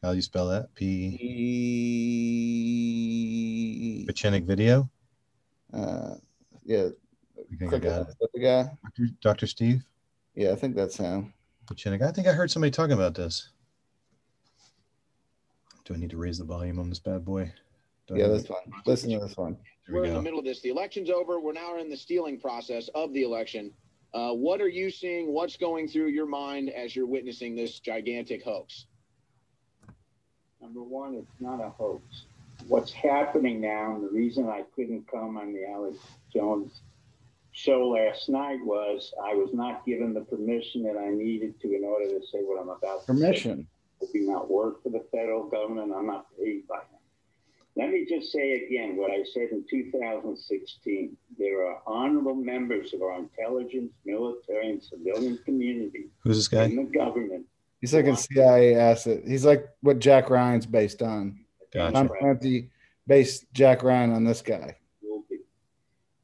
Speaker 1: How do you spell that? P.
Speaker 2: He-
Speaker 1: Pachenik video.
Speaker 2: uh, yeah,
Speaker 1: I think I
Speaker 2: Click
Speaker 1: got
Speaker 2: it.
Speaker 1: it.
Speaker 2: Is that the guy?
Speaker 1: Dr. Dr. Steve
Speaker 2: Yeah, I think that's him.
Speaker 1: Pachenik. I think I heard somebody talking about this. Do I need to raise the volume on this bad boy? Do I
Speaker 2: Yeah,
Speaker 1: need-
Speaker 2: this one. Listen to this one.
Speaker 1: There
Speaker 4: We're
Speaker 1: we
Speaker 4: in the
Speaker 1: go.
Speaker 4: middle of this. The election's over. We're now in the stealing process of the election. Uh, what are you seeing? What's going through your mind as you're witnessing this gigantic hoax?
Speaker 5: Number one, it's not a hoax. What's happening now, and the reason I couldn't come on the Alex Jones show last night was I was not given the permission that I needed to in order to say what I'm about to say.
Speaker 2: Permission.
Speaker 5: I do not work for the federal government. I'm not paid by them. Let me just say again what I said in 2016. There are honorable members of our intelligence, military, and civilian community
Speaker 1: Who's this
Speaker 5: in
Speaker 1: guy?
Speaker 5: the government
Speaker 2: He's like a CIA asset. He's like what Jack Ryan's based on. Tom
Speaker 1: Gotcha.
Speaker 2: Clancy based Jack Ryan on this guy,
Speaker 5: will be.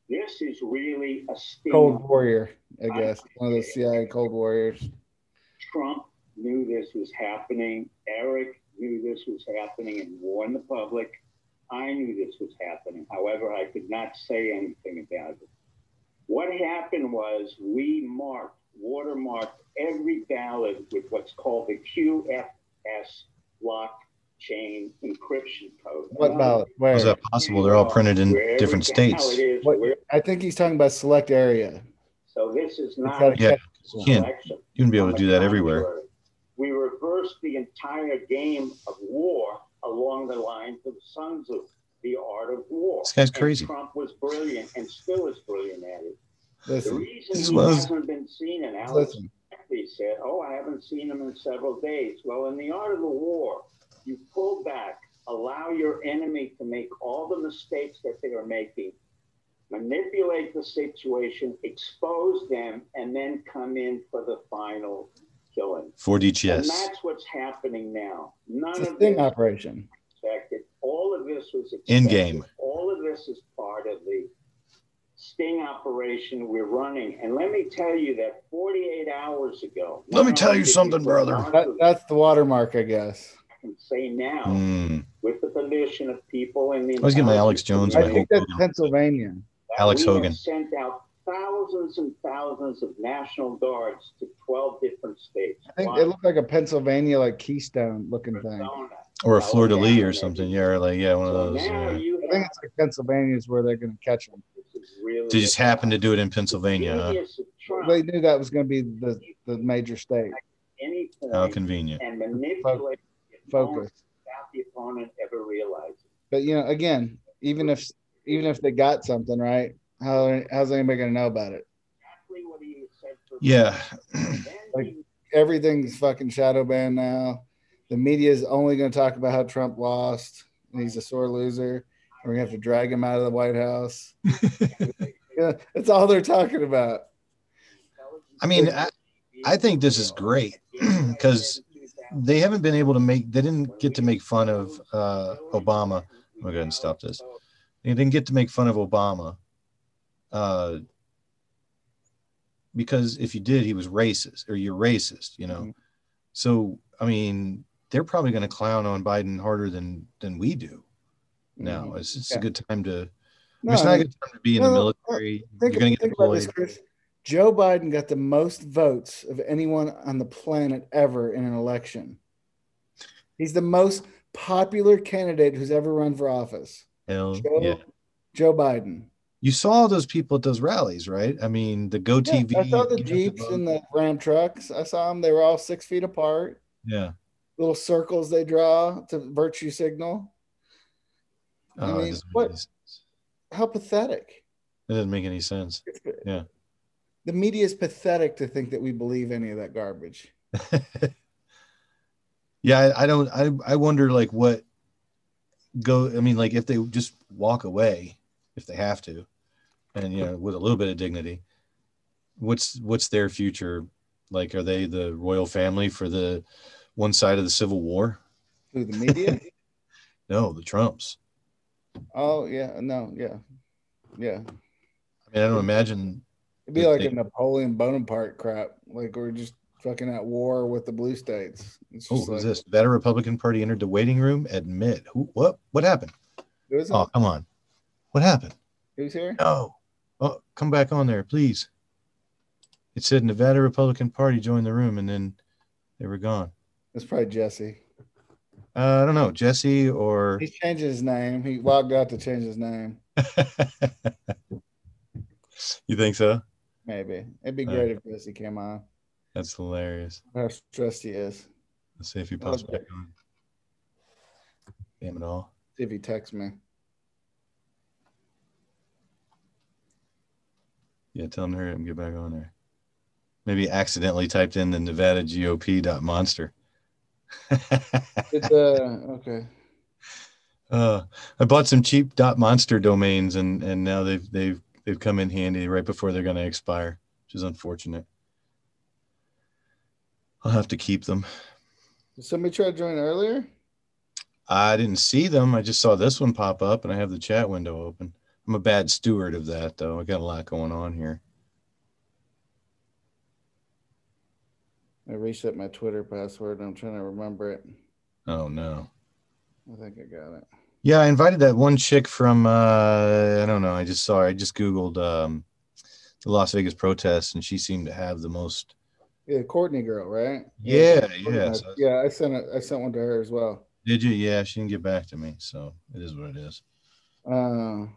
Speaker 5: This is really a
Speaker 2: Cold
Speaker 5: sting.
Speaker 2: Warrior, I guess, one of the CIA Cold Warriors.
Speaker 5: Trump knew this was happening. Eric knew this was happening and warned the public. I knew this was happening. However, I could not say anything about it. What happened was we marked, watermarked every ballot with what's called the QFS blockchain encryption code.
Speaker 2: What ballot? Where?
Speaker 1: How is that possible? They're all printed in
Speaker 5: Where every
Speaker 1: different states.
Speaker 5: ballot is,
Speaker 2: What-
Speaker 5: where-
Speaker 2: I think he's talking about select area.
Speaker 5: So this is
Speaker 2: It's
Speaker 5: not.
Speaker 2: gotta
Speaker 1: Yeah,
Speaker 2: catch
Speaker 1: You can't
Speaker 5: election.
Speaker 1: you wouldn't be able
Speaker 5: On
Speaker 1: to
Speaker 5: the
Speaker 1: do that everywhere.
Speaker 5: contrary, We reversed the entire game of war along the lines of Sun Tzu, the art of war.
Speaker 1: This guy's
Speaker 5: And
Speaker 1: crazy.
Speaker 5: Trump was brilliant and still is brilliant at it. The
Speaker 2: Listen,
Speaker 5: reason
Speaker 1: This
Speaker 5: he
Speaker 1: was-
Speaker 5: hasn't been seen, and Alex
Speaker 2: listen.
Speaker 5: Ackley said, "Oh, I haven't seen him in several days." Well, in the art of the war, you pull back, allow your enemy to make all the mistakes that they are making, manipulate the situation, expose them, and then come in for the final killing.
Speaker 1: 4D
Speaker 5: And
Speaker 1: chess.
Speaker 5: that's what's happening now. None
Speaker 2: It's a
Speaker 5: of
Speaker 2: sting
Speaker 5: this
Speaker 2: operation.
Speaker 5: expected. All of this was expected.
Speaker 1: Endgame.
Speaker 5: All of this is part of the sting operation we're running. And let me tell you that 48 hours ago.
Speaker 1: Let me
Speaker 5: not
Speaker 1: tell
Speaker 5: only
Speaker 1: you
Speaker 5: did
Speaker 1: something,
Speaker 5: we
Speaker 1: brother.
Speaker 5: go on
Speaker 2: That,
Speaker 5: to the-
Speaker 2: that's the watermark, I guess.
Speaker 5: I can say now,
Speaker 1: Mm.
Speaker 5: with the permission of people in the.
Speaker 1: I was getting my Alex
Speaker 5: intelligence
Speaker 1: Jones
Speaker 2: I
Speaker 1: my
Speaker 5: community,
Speaker 2: think that's Pennsylvania.
Speaker 5: that
Speaker 1: Alex
Speaker 5: we have
Speaker 1: Hogan.
Speaker 5: Sent out thousands and thousands of National Guards to 12 different states.
Speaker 2: I think it looked like a Pennsylvania, like Keystone looking thing. I
Speaker 5: Arizona.
Speaker 1: Or a
Speaker 5: Well,
Speaker 1: Fleur de Lis
Speaker 5: yeah,
Speaker 1: or
Speaker 5: maybe.
Speaker 1: something. Yeah, or like, yeah, one of
Speaker 5: So
Speaker 1: those.
Speaker 5: now
Speaker 1: Yeah.
Speaker 5: you
Speaker 2: think
Speaker 5: have.
Speaker 2: it's like Pennsylvania is where they're going to catch him.
Speaker 5: this is really
Speaker 1: They just
Speaker 5: a-
Speaker 1: happened to do it in uh, Pennsylvania. huh?
Speaker 5: Genius of Trump.
Speaker 2: They knew that was going to be the, the major state
Speaker 5: any point
Speaker 1: How convenient.
Speaker 5: and manipulate the
Speaker 2: focus.
Speaker 5: opponent without the opponent ever realizing.
Speaker 2: But you know, again, even if even if they got something right, how how's anybody going to know about it?
Speaker 5: Exactly what he said for
Speaker 1: Yeah.
Speaker 5: Then
Speaker 2: Like-
Speaker 5: he-
Speaker 2: Everything's fucking shadow banned now. The media is only going to talk about how Trump lost and he's a sore loser. And we're going to have to drag him out of the White House. yeah, that's all they're talking about.
Speaker 1: I mean, I, I think this is great because they haven't been able to make, they didn't get to make fun of uh, Obama. I'm going to stop this. They didn't get to make fun of Obama uh, because if you did, he was racist or you're racist, you know?
Speaker 2: Mhm.
Speaker 1: So, I mean, they're probably going to clown on Biden harder than than we do now. It's just a
Speaker 2: Mm-hmm. Yeah.
Speaker 1: good time to,
Speaker 2: No,
Speaker 1: it's
Speaker 2: I
Speaker 1: not
Speaker 2: mean,
Speaker 1: a good time to be in
Speaker 2: no,
Speaker 1: the
Speaker 2: no, no.
Speaker 1: military.
Speaker 2: Think,
Speaker 1: you're going to get
Speaker 2: think about this,
Speaker 1: deployed.
Speaker 2: Chris. Joe Biden got the most votes of anyone on the planet ever in an election. He's the most popular candidate who's ever run for office.
Speaker 1: Hell
Speaker 2: Joe,
Speaker 1: yeah.
Speaker 2: Joe Biden.
Speaker 1: You saw those people at those rallies, right? I mean, the Go
Speaker 2: Yeah,
Speaker 1: TV.
Speaker 2: I saw the
Speaker 1: you know,
Speaker 2: Jeeps and the Ram trucks. I saw them. They were all six feet apart,
Speaker 1: yeah.
Speaker 2: little circles they draw to virtue signal. I
Speaker 1: Oh, it
Speaker 2: mean,
Speaker 1: doesn't make
Speaker 2: what-
Speaker 1: any sense.
Speaker 2: How pathetic.
Speaker 1: It doesn't make any sense. Yeah.
Speaker 2: The media is pathetic to think that we believe any of that garbage.
Speaker 1: yeah, I, I don't. I I wonder like what go. I mean, like if they just walk away if they have to, and you know, with a little bit of dignity, what's what's their future? Like, are they the royal family for the one side of the Civil War?
Speaker 2: Who the media?
Speaker 1: No, the Trumps.
Speaker 2: oh yeah, no, yeah, yeah.
Speaker 1: I mean, I don't imagine.
Speaker 2: It'd be
Speaker 1: Good
Speaker 2: like a
Speaker 1: thing.
Speaker 2: Napoleon Bonaparte crap. Like we're just fucking at war with the blue states. It's
Speaker 1: Oh, who's
Speaker 2: just like,
Speaker 1: this? That a Republican Party entered the waiting room? Admit who? What? What happened?
Speaker 2: Who's,
Speaker 1: Oh, come on. What happened?
Speaker 2: who's here?
Speaker 1: No. Oh, come back on there, please. It said Nevada Republican Party joined the room and then they were gone.
Speaker 2: It's probably Jesse.
Speaker 1: Uh, I don't know, Jesse or
Speaker 2: He's changing his name. He logged out to change his name.
Speaker 1: you think so?
Speaker 2: Maybe it'd be
Speaker 1: Uh.
Speaker 2: great if Jesse came on.
Speaker 1: That's hilarious.
Speaker 2: How stressed he is.
Speaker 1: Let's see if he
Speaker 2: That
Speaker 1: pops
Speaker 2: was
Speaker 1: back on. Damn it all.
Speaker 2: See if he texts me.
Speaker 1: Yeah, tell him to hurry up and get back on there. Maybe accidentally typed in the Nevada GOP dot monster.
Speaker 2: It's uh okay.
Speaker 1: Uh, I bought some cheap dot monster domains and and now they've they've they've come in handy right before they're going to expire, which is unfortunate. I'll have to keep them.
Speaker 2: Did somebody try to join earlier?
Speaker 1: I didn't see them. I just saw this one pop up and I have the chat window open. I'm a bad steward of that though. I got a lot going on here.
Speaker 2: I reset my Twitter password. I'm trying to remember it.
Speaker 1: Oh no.
Speaker 2: I think I got it.
Speaker 1: Yeah, I invited that one chick from uh I don't know, I just saw her. I just googled um the Las Vegas protests and she seemed to have the most
Speaker 2: Yeah, Courtney girl, right?
Speaker 1: Yeah,
Speaker 2: Courtney
Speaker 1: yeah.
Speaker 2: girl.
Speaker 1: so-
Speaker 2: yeah. I sent a, I sent one to her as well.
Speaker 1: Did you? Yeah, she didn't get back to me, so it is what it is.
Speaker 2: Uh, all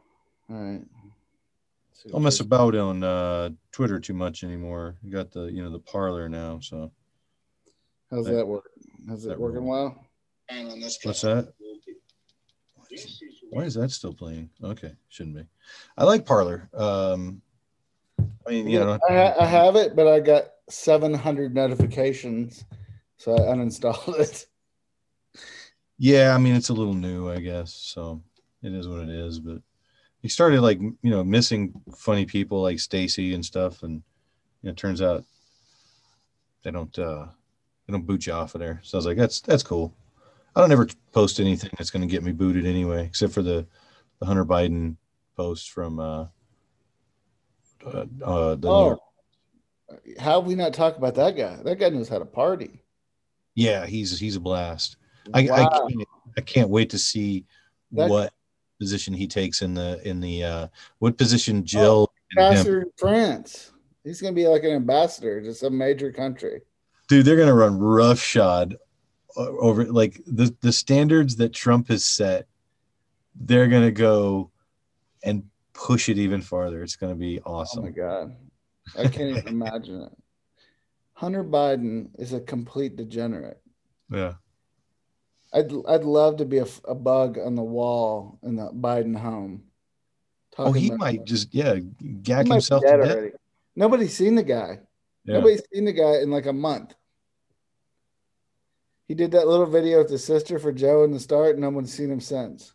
Speaker 2: right. Let's see
Speaker 1: Don't
Speaker 2: what
Speaker 1: mess
Speaker 2: this-
Speaker 1: about on uh, Twitter too much anymore. You got the you know the parlor now, so
Speaker 2: How's that work? How's it
Speaker 1: That
Speaker 2: working
Speaker 1: room.
Speaker 2: well?
Speaker 1: what's that? Why is that still playing? Okay, shouldn't be. I like parlor. Um, I mean, you know,
Speaker 2: I, ha- I have it, but I got 700 notifications, so I uninstalled it.
Speaker 1: yeah, I mean it's a little new, I guess. So it is what it is. But you started like you know missing funny people like Stacy and stuff, and you know, it turns out they don't uh they don't boot you off of there. So I was like, that's that's cool. I don't ever post anything that's going to get me booted anyway, except for the the Hunter Biden post from uh, uh, uh the New
Speaker 2: Oh,
Speaker 1: York.
Speaker 2: how have we not talked about that guy? That guy knows how to party.
Speaker 1: Yeah, he's he's a blast. I, I,
Speaker 2: Wow.
Speaker 1: can't, I can't wait to see
Speaker 2: That-
Speaker 1: what position he takes in the in the uh what
Speaker 2: Oh,
Speaker 1: position Jill and him-
Speaker 2: ambassador to France. He's going to be like an ambassador to some major country.
Speaker 1: dude they're gonna run roughshod o- over like the the standards that Trump has set they're gonna go and push it even farther it's gonna be
Speaker 2: Oh my
Speaker 1: awesome
Speaker 2: God. I can't even imagine it. Hunter Biden is a complete degenerate.
Speaker 1: yeah
Speaker 2: I'd, I'd love to be a, f- a bug on the wall in the Biden home.
Speaker 1: oh he
Speaker 2: Talking about-
Speaker 1: might just yeah
Speaker 2: he
Speaker 1: gag
Speaker 2: might be
Speaker 1: himself
Speaker 2: dead
Speaker 1: to death.
Speaker 2: already. Nobody's seen the guy.
Speaker 1: Yeah.
Speaker 2: Nobody's seen the guy in like a month. He did that little video with his sister for Joe in the start, and no one's seen him since.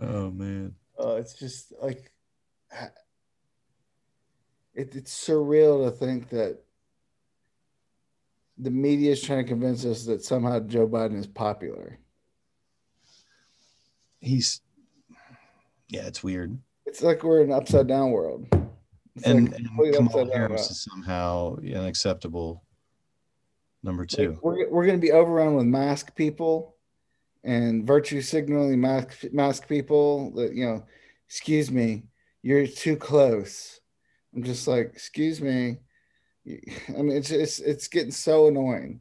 Speaker 1: oh man
Speaker 2: Uh, it's just like it, it's surreal to think that the media is trying to convince us that somehow Joe Biden is popular.
Speaker 1: he's yeah it's weird
Speaker 2: It's like we're in an upside down world. It's
Speaker 1: and,
Speaker 2: like
Speaker 1: and
Speaker 2: completely
Speaker 1: Kamala
Speaker 2: upside down world.
Speaker 1: Harris is somehow an acceptable number two.
Speaker 2: We're, we're going to be overrun with mask people and virtue signaling mask mask people that you know, excuse me, you're too close. I'm just like, excuse me. You- I mean, it's just, it's getting so annoying,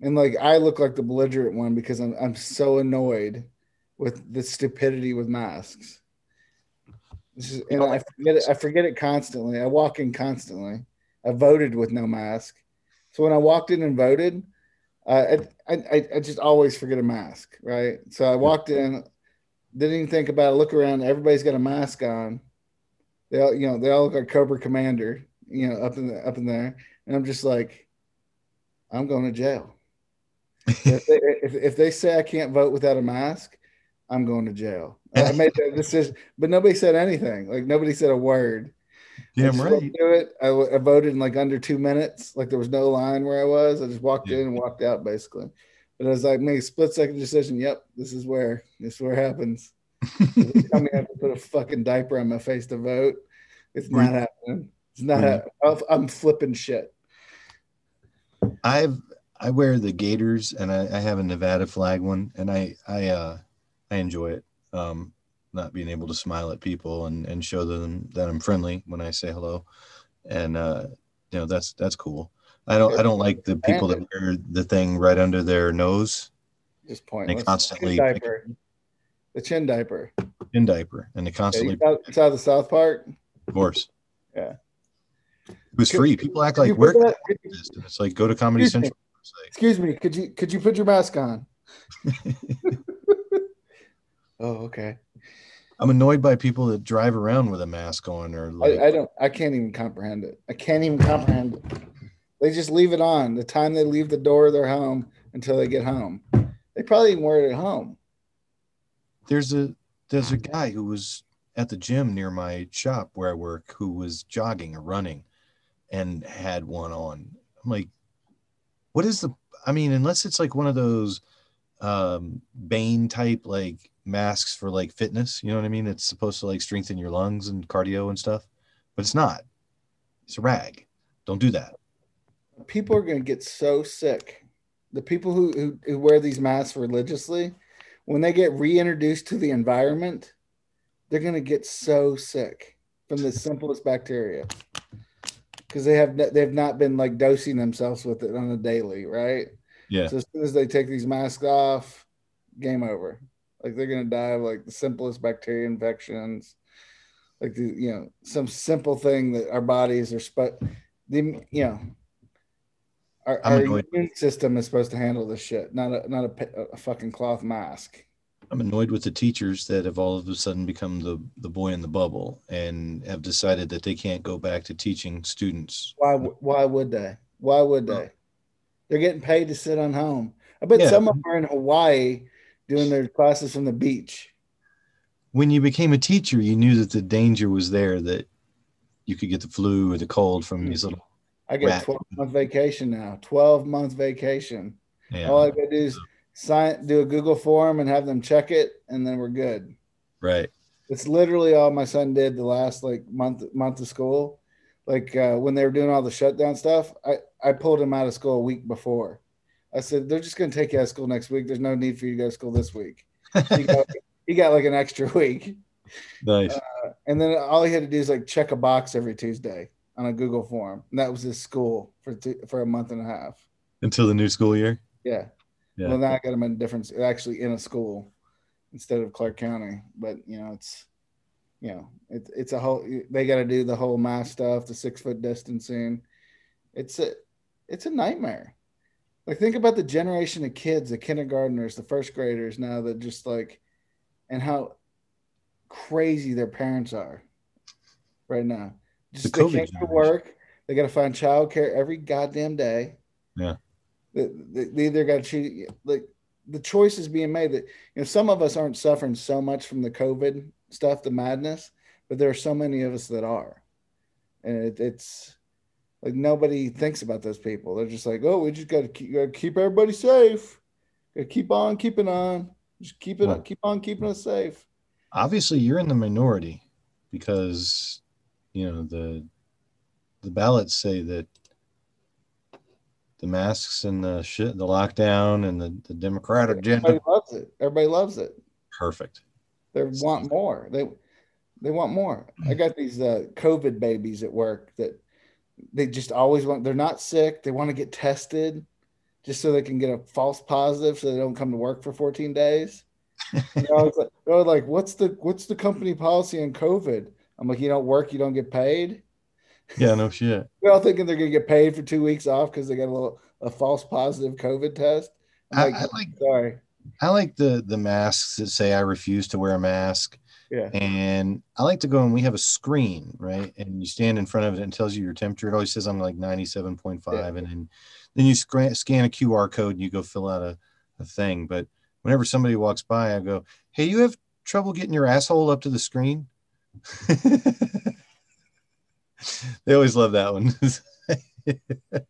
Speaker 2: and like I look like the belligerent one because I'm I'm so annoyed with the stupidity with masks. This is, and I forget it. I forget it constantly. I walk in constantly. I voted with no mask. So when I walked in and voted, uh, I, I I just always forget a mask, right? So I walked in, didn't even think about it. Look around, everybody's got a mask on. They all, you know, they all look like Cobra Commander, you know, up in the, up in there, and I'm just like, I'm going to jail. if, they, if, if they say I can't vote without a mask, I'm going to jail. I made that decision, but nobody said anything. Like nobody said a word. I
Speaker 1: Damn
Speaker 2: just
Speaker 1: right.
Speaker 2: walked through it. I, w- I voted in like under two minutes. Like there was no line where I was. I just walked
Speaker 1: Yeah.
Speaker 2: in and walked out basically. But I was like, made a split second decision. Yep, this is where this is where it happens. I mean, I have to put a fucking diaper on my face to vote. It's not happening. It's not.
Speaker 1: Right.
Speaker 2: hap- I'm- I'm flipping shit.
Speaker 1: I've I wear the Gators and I, I have a Nevada flag one and I I uh I enjoy it. Um not being able to smile at people and and show them that I'm friendly when I say hello. And uh you know that's that's cool. I don't I don't like the people that wear the thing right under their nose
Speaker 2: Just
Speaker 1: and they
Speaker 2: pointless.
Speaker 1: constantly
Speaker 2: Chin diaper. The chin diaper.
Speaker 1: in diaper and they
Speaker 2: Yeah, you
Speaker 1: constantly
Speaker 2: saw, you saw the South Park.
Speaker 1: Of course.
Speaker 2: Yeah.
Speaker 1: It was
Speaker 2: Could-
Speaker 1: free. People act like
Speaker 2: you
Speaker 1: where
Speaker 2: put
Speaker 1: can I
Speaker 2: that-
Speaker 1: get this? And it's like go to Comedy
Speaker 2: Excuse me.
Speaker 1: Central. It's like,
Speaker 2: Excuse me. Could you could you put your mask on? oh, okay.
Speaker 1: I'm annoyed by people that drive around with a mask on or like
Speaker 2: I, I don't I can't even comprehend it. I can't even comprehend it. They just leave it on the time they leave the door of their home until they get home. They probably even wear it at home.
Speaker 1: there's a there's a guy who was at the gym near my shop where I work who was jogging or running and had one on. I'm like, what is the? I mean, unless it's like one of those um, Bane type like masks for like fitness, you know what I mean? It's supposed to like strengthen your lungs and cardio and stuff, but it's not. It's a rag. Don't do that.
Speaker 2: People are going to get so sick. The people who, who, who wear these masks religiously, when they get reintroduced to the environment, they're going to get so sick from the simplest bacteria because they have they've not been like dosing themselves with it on a daily, right?
Speaker 1: Yeah.
Speaker 2: So as soon as they take these masks off, game over. Like they're gonna die of like the simplest bacteria infections, like the you know some simple thing that our bodies are sp- the you know our,
Speaker 1: I'm
Speaker 2: our
Speaker 1: annoyed.
Speaker 2: immune system is supposed to handle this shit, not a not a, pa- a fucking cloth mask.
Speaker 1: I'm annoyed with the teachers that have all of a sudden become the the boy in the bubble and have decided that they can't go back to teaching students.
Speaker 2: Why w- why would they? Why would they? They're getting paid to sit on home. I bet
Speaker 1: Yeah.
Speaker 2: some of them are in Hawaii doing their classes from the beach.
Speaker 1: When you became a teacher, you knew that the danger was there that you could get the flu or the cold from these little.
Speaker 2: I get
Speaker 1: Rat.
Speaker 2: 12 month vacation now. 12 month vacation.
Speaker 1: Yeah,
Speaker 2: All I gotta do is sign, do a Google form and have them check it, and then we're good.
Speaker 1: right.
Speaker 2: It's literally all my son did the last like month month of school. Like uh, when they were doing all the shutdown stuff, I, I pulled him out of school a week before. I said, they're just gonna take you out of school next week. There's no need for you to go to school this week. He got, he got like an extra week.
Speaker 1: Nice.
Speaker 2: And then all he had to do is like check a box every Tuesday on a Google form. And that was his school for two, for a month and a half.
Speaker 1: Until the new school year.
Speaker 2: Yeah.
Speaker 1: Yeah.
Speaker 2: Well, now I got him in a different, actually in a school instead of Clark County. But you know, it's you know, it, it's a whole. They got to do the whole mask stuff, the six foot distancing. It's a it's a nightmare. Like think about the generation of kids, the kindergartners, the first graders now that just like, and how crazy their parents are right now. Just
Speaker 1: The
Speaker 2: they
Speaker 1: COVID
Speaker 2: can't go to
Speaker 1: generation.
Speaker 2: work. They got to find childcare every goddamn day.
Speaker 1: Yeah.
Speaker 2: They, they, they either got to choose like the choice is being made that you know some of us aren't suffering so much from the COVID stuff, the madness, but there are so many of us that are, and it, it's like nobody thinks about those people. They're just like, oh, we just got to keep, gotta keep everybody safe, gotta keep on keeping on, just keep it,
Speaker 1: Yeah.
Speaker 2: keep on keeping us safe.
Speaker 1: Obviously, you're in the minority because you know the the ballots say that the masks and the shit, the lockdown and the, the Democrat agenda.
Speaker 2: Everybody loves it. Everybody loves it.
Speaker 1: Perfect.
Speaker 2: They want more. They they want more. I got these uh, COVID babies at work that they just always want. They're not sick. They want to get tested, just so they can get a false positive, so they don't come to work for 14 days. And they're, always like, they're always like, "What's the what's the company policy on COVID?" I'm like, "You don't work, you don't get paid."
Speaker 1: Yeah, no shit.
Speaker 2: They're all thinking they're gonna get paid for two weeks off because they got a little a false positive COVID test.
Speaker 1: I,
Speaker 2: I'm
Speaker 1: I
Speaker 2: like,
Speaker 1: like
Speaker 2: sorry,
Speaker 1: I like the the masks that say I refuse to wear a mask,
Speaker 2: yeah,
Speaker 1: and I like to go and we have a screen, right? And you stand in front of it and it tells you your temperature. It always says I'm like ninety seven point five, and then then you scan scan a QR code and you go fill out a, a thing. But whenever somebody walks by, I go, "Hey, you have trouble getting your asshole up to the screen?" they always love that one.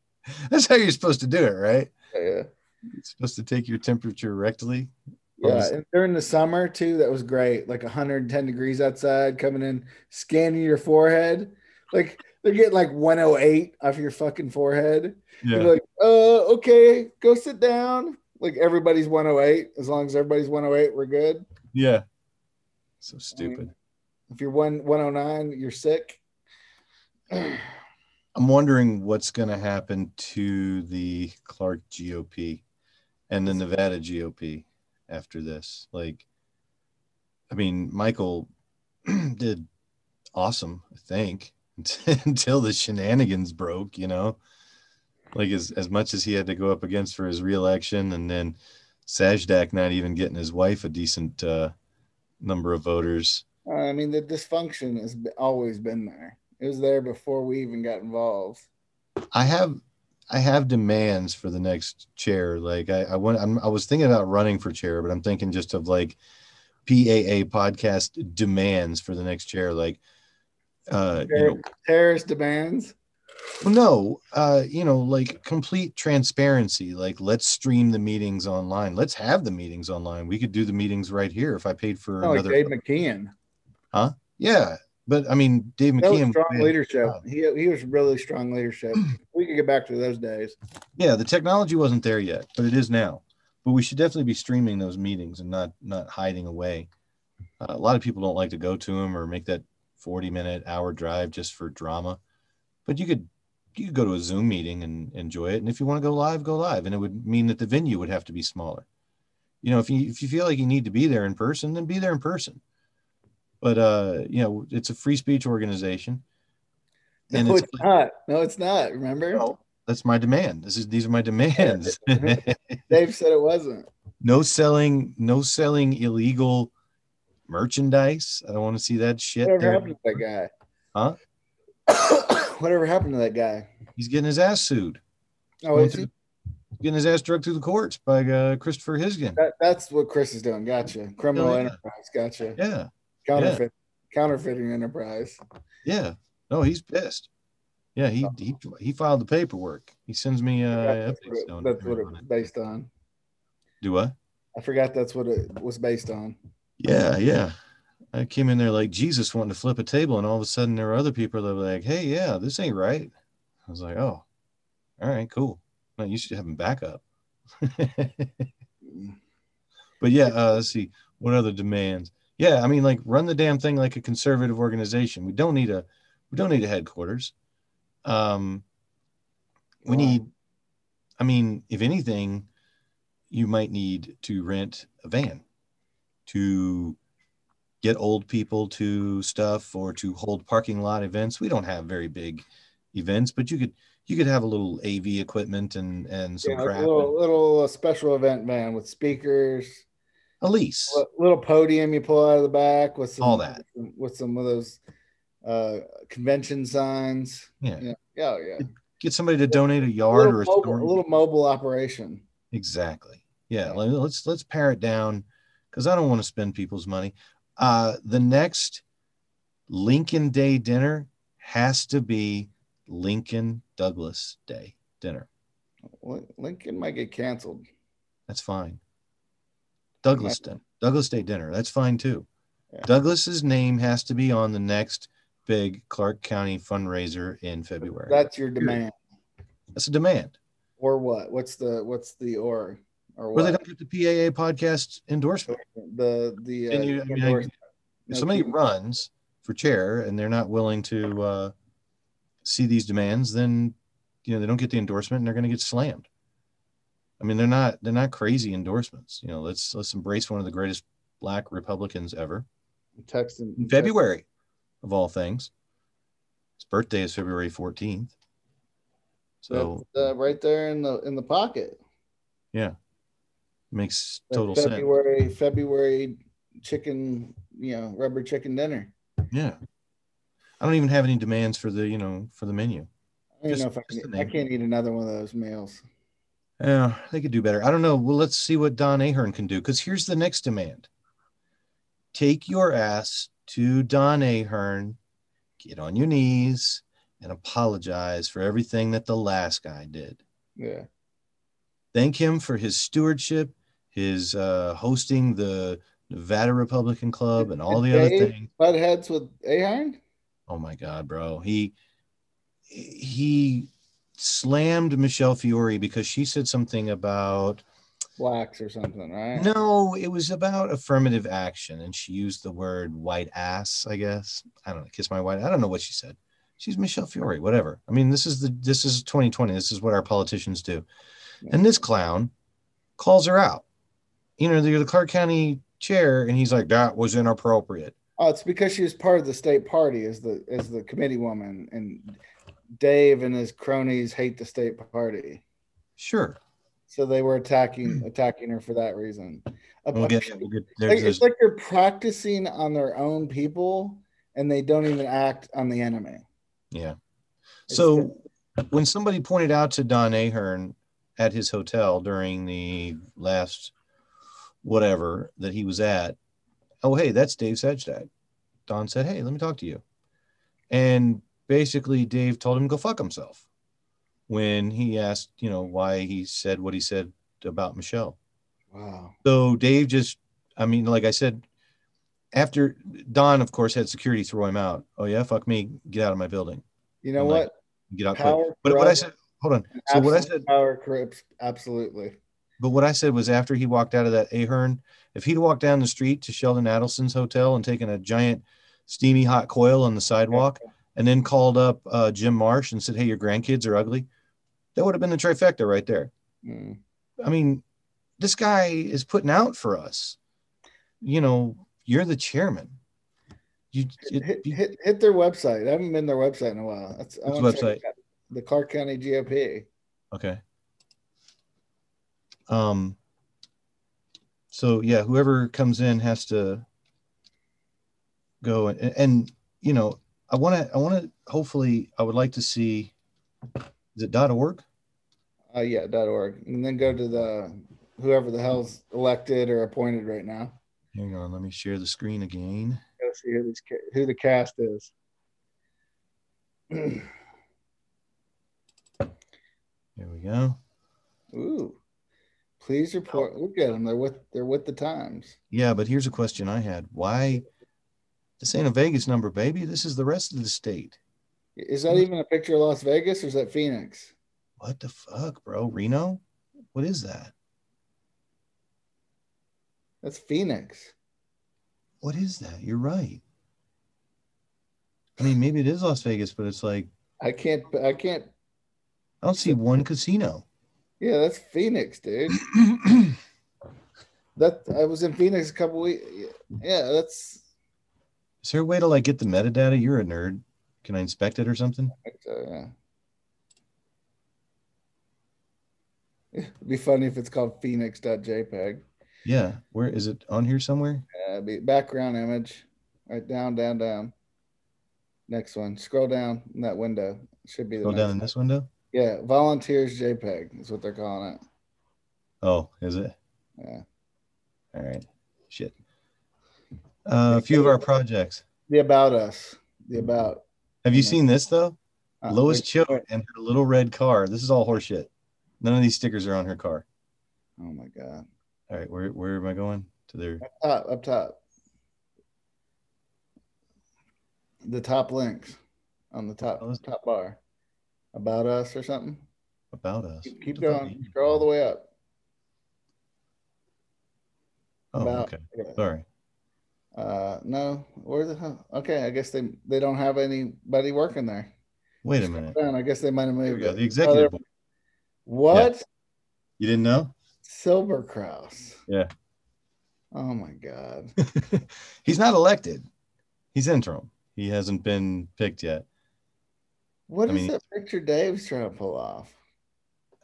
Speaker 1: That's how you're supposed to do it, right?
Speaker 2: yeah.
Speaker 1: You're supposed to take your temperature rectally.
Speaker 2: Yeah,
Speaker 1: Obviously.
Speaker 2: and during the summer too, that was great. Like 110 degrees outside, coming in, scanning your forehead. Like they're getting like 108 off your fucking forehead.
Speaker 1: Yeah.
Speaker 2: You're like, uh, okay, go sit down. Like everybody's 108. As long as everybody's 108, we're good.
Speaker 1: Yeah. So stupid.
Speaker 2: If you're one 109, you're sick. I
Speaker 1: I'm wondering what's going to happen to the Clark GOP and the Nevada GOP after this. Like, I mean, Michael did awesome, I think, until the shenanigans broke, you know? Like, as, as much as he had to go up against for his reelection, and then Sajdak not even getting his wife a decent uh, number of voters.
Speaker 2: mean, the dysfunction has be- always been there. It was there before we even got involved.
Speaker 1: I have I have demands for the next chair. Like I, I want I'm, I was thinking about running for chair, but I'm thinking just of like PAA podcast demands for the next chair. Like uh, you know,
Speaker 2: Terrorist demands.
Speaker 1: Well, no, uh, you know, like complete transparency. Like, let's stream the meetings online. Let's have the meetings online. We could do the meetings right here if I paid for
Speaker 2: Oh, like
Speaker 1: another.
Speaker 2: Dave McKeon.
Speaker 1: yeah, but I mean, Dave
Speaker 2: That was
Speaker 1: McKeon.
Speaker 2: strong leadership. He, he was really strong leadership. We could get back to those days.
Speaker 1: Yeah, the technology wasn't there yet, but it is now. But we should definitely be streaming those meetings and not not hiding away. Uh, a lot of people don't like to go to them or make that forty minute hour drive just for drama. But you could you could go to a Zoom meeting and enjoy it. And if you want to go live, go live. And it would mean that the venue would have to be smaller. You know, if you if you feel like you need to be there in person, then be there in person. But uh, you know, it's a free speech organization.
Speaker 2: No,
Speaker 1: And
Speaker 2: it's,
Speaker 1: it's-
Speaker 2: not. No, it's not. Remember,
Speaker 1: Well, that's my demand. This is these are my demands.
Speaker 2: Mm-hmm. Dave said it wasn't.
Speaker 1: no selling no selling illegal merchandise i don't want to see that shit
Speaker 2: Whatever
Speaker 1: there.
Speaker 2: happened to that guy? Huh? Whatever happened to that guy?
Speaker 1: he's getting his ass sued
Speaker 2: Oh,
Speaker 1: Going
Speaker 2: is he?
Speaker 1: through- getting his ass dragged through the courts by uh, christopher hisgen
Speaker 2: That, that's what Chris is doing. Gotcha. Criminal
Speaker 1: Oh, yeah.
Speaker 2: enterprise. Gotcha.
Speaker 1: yeah
Speaker 2: Counterfeit. Counterfeiting enterprise.
Speaker 1: yeah no he's pissed yeah he he, he filed the paperwork he sends me uh
Speaker 2: that's
Speaker 1: updates
Speaker 2: what
Speaker 1: on
Speaker 2: it, that's what it
Speaker 1: on
Speaker 2: was
Speaker 1: it.
Speaker 2: based on.
Speaker 1: do what
Speaker 2: I forgot that's what it was based on.
Speaker 1: yeah yeah i came in there like jesus wanting to flip a table and all of a sudden there were other people that were like hey yeah this ain't right i was like oh all right cool no you should have him back up But yeah, uh, let's see what other demands. Yeah, I mean, like run the damn thing like a conservative organization. We don't need a we don't need a headquarters. Um, we
Speaker 2: Wow.
Speaker 1: need. I mean, if anything, you might need to rent a van to get old people to stuff or to hold parking lot events. We don't have very big events, but you could you could have a little AV equipment and and some
Speaker 2: Yeah, like a
Speaker 1: crap,
Speaker 2: little, little uh, special event van with speakers,
Speaker 1: a lease.
Speaker 2: li- little podium you pull out of the back with some
Speaker 1: All that.
Speaker 2: with some of those uh, convention signs.
Speaker 1: Yeah.
Speaker 2: yeah, yeah. yeah.
Speaker 1: Get somebody to donate a
Speaker 2: A
Speaker 1: yard
Speaker 2: little,
Speaker 1: or a
Speaker 2: mobile,
Speaker 1: store.
Speaker 2: a little mobile operation.
Speaker 1: Exactly. Yeah.
Speaker 2: Yeah.
Speaker 1: let- Let's let's pare it down because I don't want to spend people's money. Uh, the next Lincoln Day dinner has to be Lincoln Douglas Day dinner.
Speaker 2: Lin- Lincoln might get canceled.
Speaker 1: That's fine. Douglas dinner. Douglas Day dinner. That's fine too.
Speaker 2: Yeah.
Speaker 1: Douglas's name has to be on the next big Clark County fundraiser in February.
Speaker 2: That's your demand,
Speaker 1: That's a demand.
Speaker 2: or what? What's the what's the or or
Speaker 1: Well, they
Speaker 2: what?
Speaker 1: don't get the PAA podcast endorsement.
Speaker 2: The the uh,
Speaker 1: Then you- I mean, I-
Speaker 2: endorsement.
Speaker 1: if
Speaker 2: No
Speaker 1: somebody
Speaker 2: kidding.
Speaker 1: runs for chair and they're not willing to uh, see these demands, then you know they don't get the endorsement and they're going to get slammed. I mean, they're not they're not crazy endorsements. You know, let's let's embrace one of the greatest black Republicans ever
Speaker 2: texting
Speaker 1: in February, of all things. His birthday is February fourteenth. So
Speaker 2: That's, uh, right there in the in the pocket.
Speaker 1: makes
Speaker 2: That
Speaker 1: total sense.
Speaker 2: February February chicken, you know, rubber chicken dinner.
Speaker 1: Yeah. I don't even have any demands for the you know for the menu.
Speaker 2: I don't
Speaker 1: Just-
Speaker 2: even know if I
Speaker 1: just the
Speaker 2: can, I
Speaker 1: name.
Speaker 2: can't eat another one of those meals.
Speaker 1: Yeah, they could do better. I don't know. Well, let's see what Don Ahern can do. Because here's the next demand take your ass to Don Ahern, get on your knees, and apologize for everything that the last guy did.
Speaker 2: Yeah.
Speaker 1: Thank him for his stewardship, his uh, hosting the Nevada Republican Club, and all the other
Speaker 2: Dave
Speaker 1: things.
Speaker 2: Butt heads with Ahern?
Speaker 1: Oh my God, bro. He he slammed Michelle Fiore because she said something about
Speaker 2: Blacks or something, right?
Speaker 1: No, it was about affirmative action, and she used the word white ass. I guess I don't know. Kiss my white. I don't know what she said. She's Michelle Fiore. Whatever. I mean, this is the this is 2020. This is what our politicians do. And this clown calls her out. You know, you're the Clark County chair, and he's like, "That was inappropriate."
Speaker 2: Oh, it's because she was part of the state party as the as the committee woman and Dave and his cronies hate the state party.
Speaker 1: Sure,
Speaker 2: So they were attacking attacking her for that reason.
Speaker 1: we'll get. We'll get
Speaker 2: like,
Speaker 1: Hmm. Oh, there's,
Speaker 2: it's
Speaker 1: there's,
Speaker 2: like they're practicing on their own people and they don't even act on the enemy.
Speaker 1: yeah.
Speaker 2: It's
Speaker 1: So when somebody pointed out to Don Ahern at his hotel during the last whatever that he was at, oh hey, that's Dave Sedgstad. Don said, Hey, let me talk to you. And basically Dave told him to go fuck himself when he asked, you know, why he said what he said about Michelle.
Speaker 2: Wow.
Speaker 1: So Dave just, I mean, like I said, after Don, of course, had security throw him out. Oh yeah, fuck me, get out of Oh my building,
Speaker 2: You know
Speaker 1: I'm
Speaker 2: what?
Speaker 1: like, get out.
Speaker 2: Power
Speaker 1: Quick. But what I
Speaker 2: corrupt-
Speaker 1: said, hold on. So what I
Speaker 2: Absolute
Speaker 1: said,
Speaker 2: power corrupts absolutely.
Speaker 1: but what I said was after he walked out of that Ahern, if he'd walked down the street to Sheldon Adelson's hotel and taken a giant steamy hot coil on the sidewalk, and then called up uh, Jim Marsh and said, "Hey, your grandkids are ugly," that would have been the trifecta right there.
Speaker 2: Mm.
Speaker 1: I mean, this guy is putting out for us. You know, you're the chairman. You
Speaker 2: Hit,
Speaker 1: it,
Speaker 2: hit, hit their website. I haven't been to their website in a while. That's I
Speaker 1: Whose
Speaker 2: wanna check
Speaker 1: website?
Speaker 2: it out. The Clark County GOP.
Speaker 1: okay. Um. So yeah, whoever comes in has to go and, and you know I want to I want to hopefully I would like to see is it dot org
Speaker 2: Uh, yeah, dot org. And then go to the whoever the hell's elected or appointed right now.
Speaker 1: hang on let me share the screen again
Speaker 2: Go see who, this, ca- who the cast is.
Speaker 1: there we go
Speaker 2: Ooh. Please report. Look at them. They're with they're with the times.
Speaker 1: Yeah, but here's a question I had. Why this ain't a Vegas number, baby. This is the rest of the state.
Speaker 2: Is that even a picture of Las Vegas or is that Phoenix?
Speaker 1: What the fuck, bro? Reno? What is that?
Speaker 2: That's Phoenix.
Speaker 1: What is that? You're right. I mean, maybe it is Las Vegas, but it's like
Speaker 2: I can't I can't
Speaker 1: I don't see one casino.
Speaker 2: yeah, that's Phoenix, dude. That I was in Phoenix a couple weeks. Yeah, that's
Speaker 1: Is there a way to like get the metadata? You're a nerd. Can I inspect it or something?
Speaker 2: uh, It'd be funny if it's called Phoenix.jpg.
Speaker 1: Yeah. Where is it on here somewhere?
Speaker 2: Uh, it'd be background image. Right down, down, down. Next one. Scroll down in that window. Should be the
Speaker 1: Go
Speaker 2: next
Speaker 1: down in
Speaker 2: one.
Speaker 1: this window.
Speaker 2: Yeah, volunteers JPEG is what they're calling it.
Speaker 1: Oh, is it?
Speaker 2: Yeah.
Speaker 1: All right. Shit. Uh, a few of our projects.
Speaker 2: The about us. The about
Speaker 1: Have you
Speaker 2: Yeah.
Speaker 1: seen this though?
Speaker 2: uh,
Speaker 1: Lois
Speaker 2: which-
Speaker 1: Choate and her little red car. This is all horseshit. None of these stickers are on her car.
Speaker 2: Oh my god.
Speaker 1: All right, where where am I going? To their
Speaker 2: Top up top. The top links on the top
Speaker 1: Oh, this-
Speaker 2: top bar. About us or something.
Speaker 1: about us.
Speaker 2: Keep, keep
Speaker 1: What the fuck?
Speaker 2: going. Scroll all the way up.
Speaker 1: Oh,
Speaker 2: about-
Speaker 1: okay. Sorry.
Speaker 2: Uh no, where the hell? Okay, I guess they they don't have anybody working there.
Speaker 1: Wait a minute.
Speaker 2: Down, I guess they might have
Speaker 1: Here we
Speaker 2: moved.
Speaker 1: go.
Speaker 2: it.
Speaker 1: The executive.
Speaker 2: Oh,
Speaker 1: board.
Speaker 2: What?
Speaker 1: You didn't know?
Speaker 2: Silver Cross.
Speaker 1: Yeah.
Speaker 2: Oh my god.
Speaker 1: He's not elected. He's interim. He hasn't been picked yet.
Speaker 2: What
Speaker 1: I
Speaker 2: is
Speaker 1: mean-
Speaker 2: that picture Dave's trying to pull off?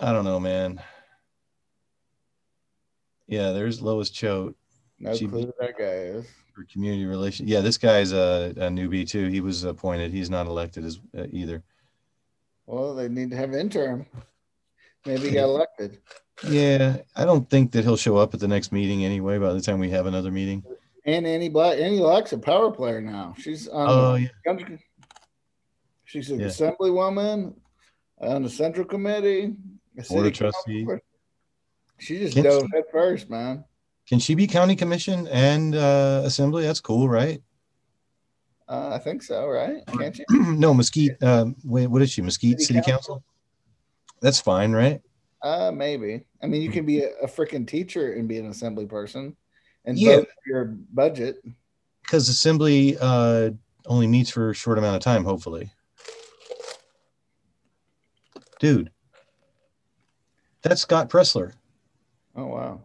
Speaker 1: I don't know, man. Yeah, there's Lois Choate
Speaker 2: No
Speaker 1: She-
Speaker 2: clue who that guy is.
Speaker 1: for community relations. Yeah, this guy's a, a newbie too. He was appointed. He's not elected as uh, either.
Speaker 2: Well, they need to have interim. Maybe he got elected.
Speaker 1: Yeah, I don't think that he'll show up at the next meeting anyway. By the time we have another meeting.
Speaker 2: And Annie Black, Annie Black's a power player now. She's um, on.
Speaker 1: Oh yeah,
Speaker 2: country- She's an
Speaker 1: Yeah.
Speaker 2: assemblywoman uh, on the central committee. a
Speaker 1: board
Speaker 2: city
Speaker 1: of trustee.
Speaker 2: councilor. She just
Speaker 1: Can't
Speaker 2: dove
Speaker 1: she-
Speaker 2: head first, man.
Speaker 1: Can she be county commission and uh, assembly? That's cool, right?
Speaker 2: Uh, I think so, right? Can't you?
Speaker 1: no, Mesquite. Um, wait, what is she? Mesquite
Speaker 2: City
Speaker 1: City, Council? That's fine, right?
Speaker 2: Uh, maybe. I mean, you can be a, a freaking teacher and be an assembly person, and
Speaker 1: Yeah.
Speaker 2: vote for your budget.
Speaker 1: Because assembly uh, only meets for a short amount of time, hopefully. Dude, that's Scott Pressler.
Speaker 2: Oh wow.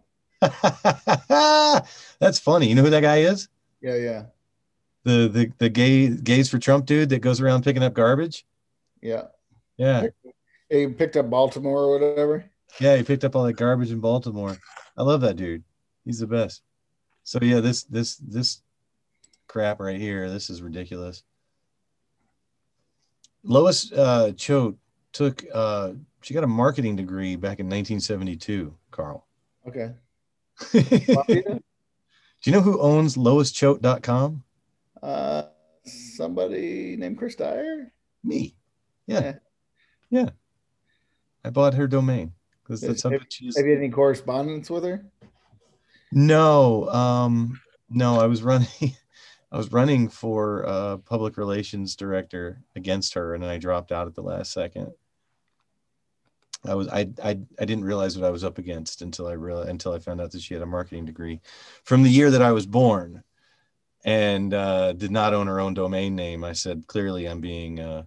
Speaker 1: that's funny. You know who that guy is?
Speaker 2: Yeah, yeah,
Speaker 1: The the the gay gays for Trump dude that goes around picking up garbage.
Speaker 2: yeah.
Speaker 1: Yeah.
Speaker 2: He picked up Baltimore or whatever.
Speaker 1: Yeah, he picked up all that garbage in Baltimore. I love that dude. He's the best. So yeah, this this this crap right here, this is ridiculous. Lois uh Choate took uh she got a marketing degree back in 1972, Carl.
Speaker 2: Okay.
Speaker 1: Do you know who owns loischoate.com?
Speaker 2: Uh, somebody named Chris Dyer.
Speaker 1: Me. Yeah. Yeah. I bought her domain because that's
Speaker 2: Have-
Speaker 1: something she's.
Speaker 2: Have you had any correspondence with her?
Speaker 1: No, um, no, I was running, I was running for uh, public relations director against her, and then I dropped out at the last second. I was I, I I didn't realize what I was up against until I real until I found out that she had a marketing degree from the year that I was born, and uh, did not own her own domain name. I said clearly I'm being uh,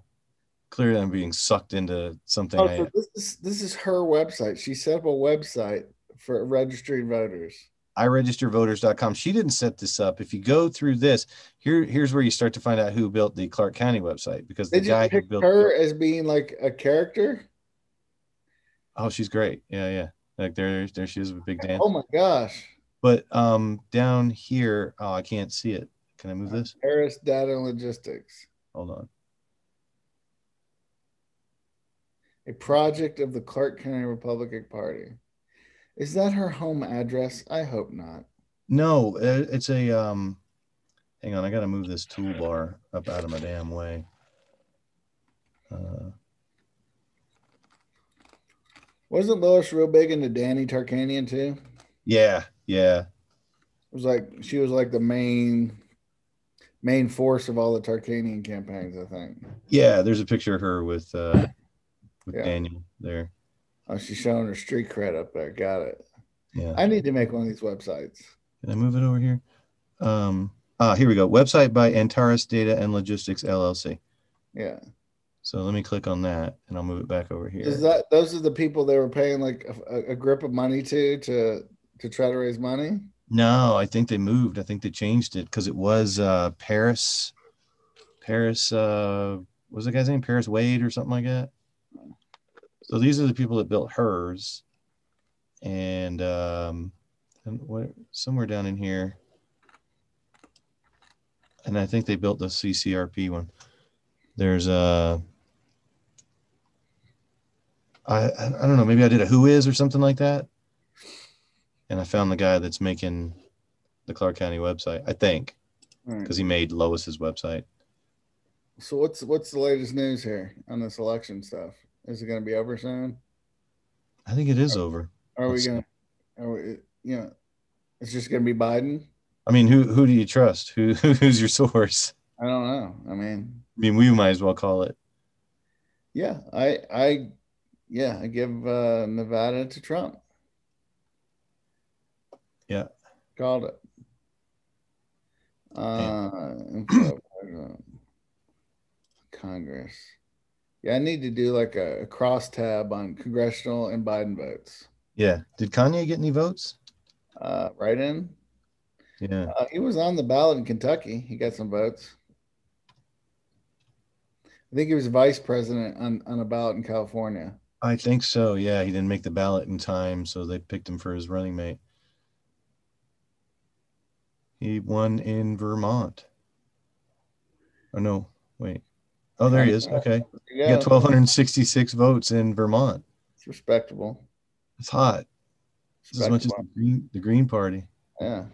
Speaker 1: clearly I'm being sucked into something.
Speaker 2: Oh,
Speaker 1: I,
Speaker 2: so this is this is her website. She set up a website for registered voters.
Speaker 1: iregistervoters.com. She didn't set this up. If you go through this, here here's where you start to find out who built the Clark County website because the
Speaker 2: Did
Speaker 1: guy
Speaker 2: you
Speaker 1: who
Speaker 2: pick
Speaker 1: built
Speaker 2: her as being like a character?
Speaker 1: Oh, she's great. Yeah, yeah. Like there there she is with Big Dan.
Speaker 2: Oh my gosh.
Speaker 1: But um down here, oh, I can't see it. Can I move this?
Speaker 2: Harris Data and Logistics,
Speaker 1: Hold on.
Speaker 2: a project of the Clark County Republican Party. Is that her home address? I hope not.
Speaker 1: No, it- it's a um hang on, I got to move this toolbar up out of my damn way. Uh
Speaker 2: Wasn't Lois real big into Danny Tarkanian too?
Speaker 1: yeah, yeah.
Speaker 2: It was like she was like the main main force of all the Tarkanian campaigns, I think.
Speaker 1: Yeah, there's a picture of her with uh with
Speaker 2: Yeah.
Speaker 1: Daniel there.
Speaker 2: Oh, she's showing her street cred up there. Got it.
Speaker 1: Yeah.
Speaker 2: I need to make one of these websites.
Speaker 1: Can I move it over here? Um, ah, here we go. Website by Antares Data and Logistics LLC.
Speaker 2: Yeah.
Speaker 1: So let me click on that and I'll move it back over here.
Speaker 2: Is that those are the people they were paying like a, a grip of money to to to try to raise money?
Speaker 1: no, I think they moved. I think they changed it because it was uh, Paris. Paris, uh, what was the guy's name? Paris Wade or something like that. So these are the people that built hers. And um, and what, somewhere down in here. And I think they built the CCRP one. There's a. I I I don't know. Maybe I did a Who Is or something like that. And I found the guy that's making the Clark County website. I think
Speaker 2: All right.
Speaker 1: because he made Lois's website.
Speaker 2: So what's what's the latest news here on this election stuff? Is it going to be over soon?
Speaker 1: I think it is over.
Speaker 2: Are we
Speaker 1: Let's see.
Speaker 2: going to? Are we? You know, it's just going to be Biden.
Speaker 1: I mean, who who do you trust? Who who's your source?
Speaker 2: I don't know. I mean,
Speaker 1: I mean, we might as well call it.
Speaker 2: yeah, I I yeah, I give uh, Nevada to Trump.
Speaker 1: Yeah.
Speaker 2: called it. Uh, info, uh, Congress. Yeah, I need to do like a, a cross tab on congressional and Biden votes.
Speaker 1: Yeah. Did Kanye get any votes?
Speaker 2: Uh, right in.
Speaker 1: Yeah.
Speaker 2: Uh, he was on the ballot in Kentucky. He got some votes. I think he was vice president on, on a ballot in California.
Speaker 1: I think so. Yeah, he didn't make the ballot in time, so they picked him for his running mate. He won in Vermont. Oh no, wait. Oh, there he is. Okay. He
Speaker 2: Yeah,
Speaker 1: got 1266 votes in Vermont.
Speaker 2: it's respectable.
Speaker 1: It's hot. It's as much as the
Speaker 2: respectable.
Speaker 1: green, the green Party.
Speaker 2: Yeah,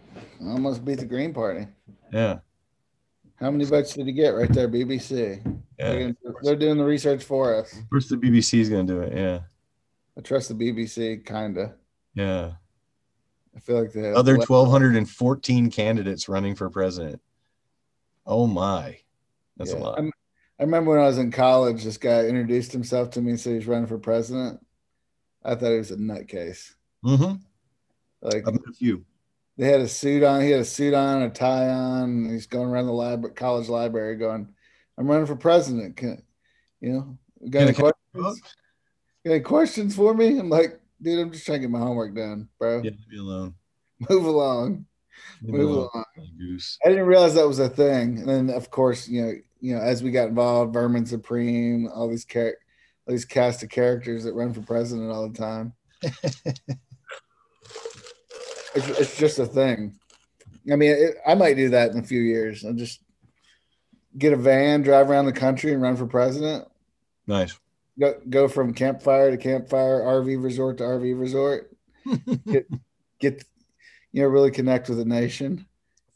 Speaker 2: almost beat the Green Party.
Speaker 1: Yeah.
Speaker 2: How many votes did he get right there? BBC.
Speaker 1: yeah.
Speaker 2: They're, gonna do- they're doing the research for us.
Speaker 1: First, the BBC is going to do it. Yeah.
Speaker 2: I trust the BBC, kinda.
Speaker 1: Yeah.
Speaker 2: I feel like the
Speaker 1: Other 1,214 candidates running for president. Oh, my. That's a
Speaker 2: Yeah.
Speaker 1: lot.
Speaker 2: I'm- I remember when I was in college, this guy introduced himself to me and said he's running for president. I thought he was a nutcase.
Speaker 1: Mm-hmm.
Speaker 2: Like
Speaker 1: I've met a few.
Speaker 2: they had a suit on. He had a suit on, a tie on. And he's going around the lib- college library, going, "I'm running for president." Can, you know,
Speaker 1: Can
Speaker 2: got
Speaker 1: I
Speaker 2: any
Speaker 1: catch
Speaker 2: questions? Got any questions for me? I'm like, dude, I'm just trying to get my homework done, bro.
Speaker 1: Yeah, leave me alone.
Speaker 2: Move along,
Speaker 1: Leave me
Speaker 2: move
Speaker 1: alone.
Speaker 2: along.
Speaker 1: little Goose.
Speaker 2: I didn't realize that was a thing. And then, of course, you know, you know, as we got involved, Vermin Supreme, all these char- all these cast of characters that run for president all the time. it's, it's just a thing. I mean, it, I might do that in a few years and just get a van, drive around the country, and run for president.
Speaker 1: Nice.
Speaker 2: Go, go from campfire to campfire, RV resort to RV resort. get, get, you know, really connect with the nation.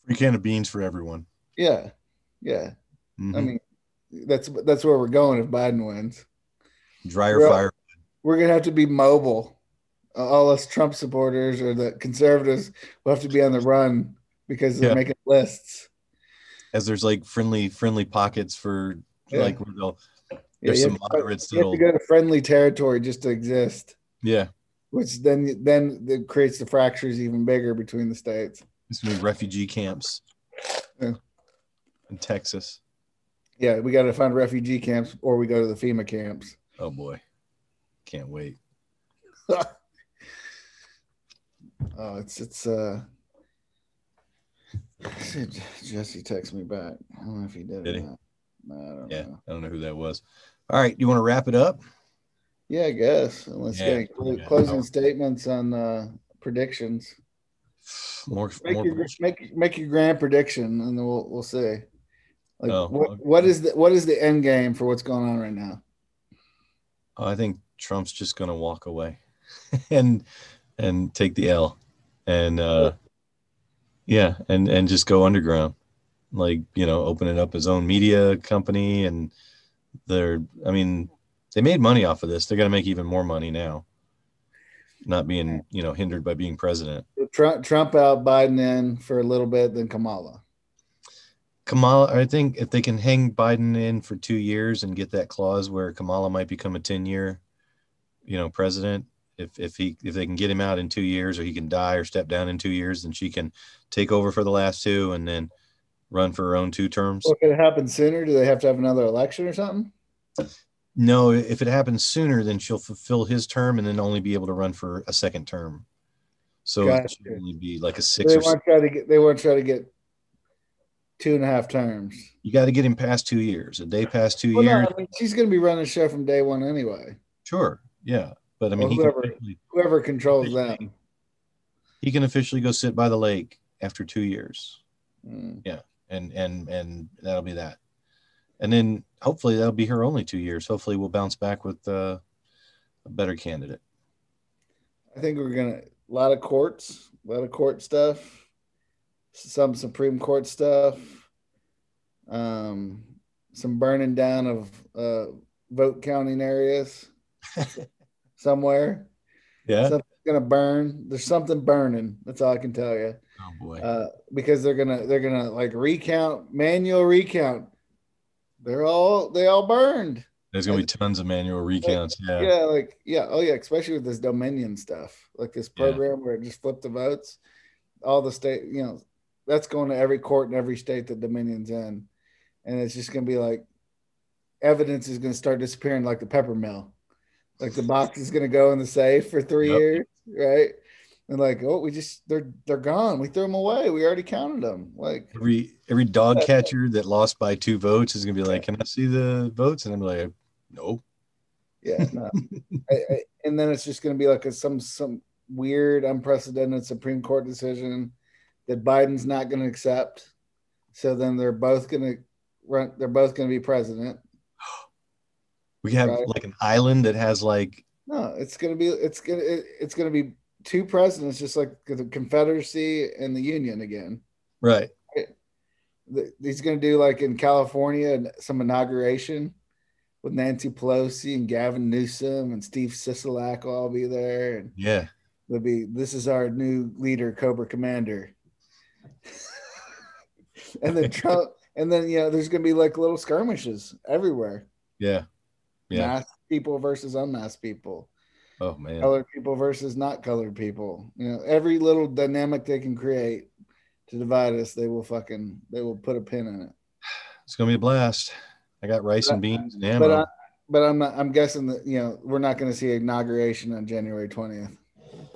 Speaker 1: Free can of beans for everyone.
Speaker 2: Yeah, yeah. I
Speaker 1: Mhm.
Speaker 2: mean, That's that's where we're going if Biden wins.
Speaker 1: Dryer
Speaker 2: Well-
Speaker 1: fire.
Speaker 2: We're gonna have to be mobile. Uh, all us Trump supporters or the conservatives will have to be on the run because they're
Speaker 1: Yeah.
Speaker 2: making lists.
Speaker 1: As there's like friendly friendly pockets for
Speaker 2: Yeah.
Speaker 1: like where they'll
Speaker 2: Yeah,
Speaker 1: There's
Speaker 2: you
Speaker 1: some
Speaker 2: have to-
Speaker 1: moderates
Speaker 2: you have to
Speaker 1: that'll-
Speaker 2: go to friendly territory just to exist,
Speaker 1: yeah
Speaker 2: which then then it creates the fractures even bigger between the states.
Speaker 1: it's gonna be refugee camps
Speaker 2: Yeah.
Speaker 1: in Texas.
Speaker 2: Yeah, we got to find refugee camps or we go to the FEMA camps.
Speaker 1: Oh boy, can't wait.
Speaker 2: Oh, it's it's uh. Jesse texted me back. I don't know if he did.
Speaker 1: Did
Speaker 2: or
Speaker 1: he?
Speaker 2: Not. No, I don't
Speaker 1: Yeah,
Speaker 2: know.
Speaker 1: I don't know who that was. All right, you want to wrap it up?
Speaker 2: Yeah, I guess. Unless
Speaker 1: Yeah,
Speaker 2: you got any
Speaker 1: yeah.
Speaker 2: closing statements on uh, predictions.
Speaker 1: More,
Speaker 2: Make
Speaker 1: more
Speaker 2: your
Speaker 1: bullshit.
Speaker 2: make make your grand prediction, and then we'll we'll see. Like
Speaker 1: Oh,
Speaker 2: what
Speaker 1: okay.
Speaker 2: what is the what is the end game for what's going on right now?
Speaker 1: I think Trump's just gonna walk away, and and take the L, and uh, yeah, and and just go underground, like you know, opening up his own media company, and they're, I mean, they made money off of this. They're gonna make even more money now, not being you know hindered by being president.
Speaker 2: Trump Trump out, Biden in for a little bit, then Kamala.
Speaker 1: Kamala, I think if they can hang Biden in for two years and get that clause where Kamala might become a ten-year, you know, president. If if he if they can get him out in two years, or he can die or step down in two years, then she can take over for the last two and then run for her own two terms.
Speaker 2: What could happen sooner? Do they have to have another election or something?
Speaker 1: No, if it happens sooner, then she'll fulfill his term and then only be able to run for a second term. So it
Speaker 2: Gotcha.
Speaker 1: should only be like a six
Speaker 2: They
Speaker 1: or
Speaker 2: want to try to get. They want to try to get two and a half terms.
Speaker 1: you got to get him past two years. A day past two
Speaker 2: Well, no,
Speaker 1: years,
Speaker 2: I mean, she's going to be running the show from day one anyway.
Speaker 1: sure, yeah. But I mean,
Speaker 2: Well,
Speaker 1: he can
Speaker 2: whoever-
Speaker 1: definitely-
Speaker 2: Whoever controls them.
Speaker 1: he can officially go sit by the lake after two years
Speaker 2: Mm.
Speaker 1: and and and that'll be that and then hopefully that'll be her only two years hopefully we'll bounce back with uh, a better candidate
Speaker 2: I think we're gonna a lot of courts, a lot of court stuff, some Supreme Court stuff, um, some burning down of uh, vote counting areas somewhere.
Speaker 1: yeah
Speaker 2: Something's gonna burn. There's something burning. That's all I can tell you.
Speaker 1: oh boy
Speaker 2: Uh, because they're gonna they're gonna like recount manual recount. They're all they all burned.
Speaker 1: there's gonna be tons of manual recounts yeah,
Speaker 2: Uh, yeah like yeah oh yeah especially with this dominion stuff like this
Speaker 1: Yeah.
Speaker 2: program where it just flipped the votes all the state you know that's going to every court in every state that dominion's in and it's just going to be like evidence is going to start disappearing like the pepper mill like the box is going to go in the safe for three
Speaker 1: Yep.
Speaker 2: years right and like oh we just they're they're gone we threw them away we already counted them like
Speaker 1: every every dog
Speaker 2: Yeah.
Speaker 1: catcher that lost by two votes is gonna be like can i see the votes and i'm like no
Speaker 2: Yeah, no. I, I, and then it's just going to be like a, some some weird, unprecedented Supreme Court decision that Biden's not going to accept. So then they're both going to run. They're both going to be president.
Speaker 1: we have
Speaker 2: Right.
Speaker 1: like an island that has like
Speaker 2: No, it's going to be it's going to it's going to be two presidents, just like the Confederacy and the Union again.
Speaker 1: right
Speaker 2: Th- He's going to do like in California some inauguration with Nancy Pelosi and Gavin Newsom and Steve Sisolak will all be there and.
Speaker 1: yeah
Speaker 2: would be this is our new leader cobra commander and then trump and then you know there's gonna be like little skirmishes everywhere
Speaker 1: yeah yeah
Speaker 2: masked people versus unmasked people
Speaker 1: oh man
Speaker 2: colored people versus not colored people you know every little dynamic they can create to divide us they will fucking they will put a pin in it
Speaker 1: it's gonna be a blast i got rice and beans and ammo
Speaker 2: but i but i'm not i'm guessing that you know we're not going to see inauguration on january 20th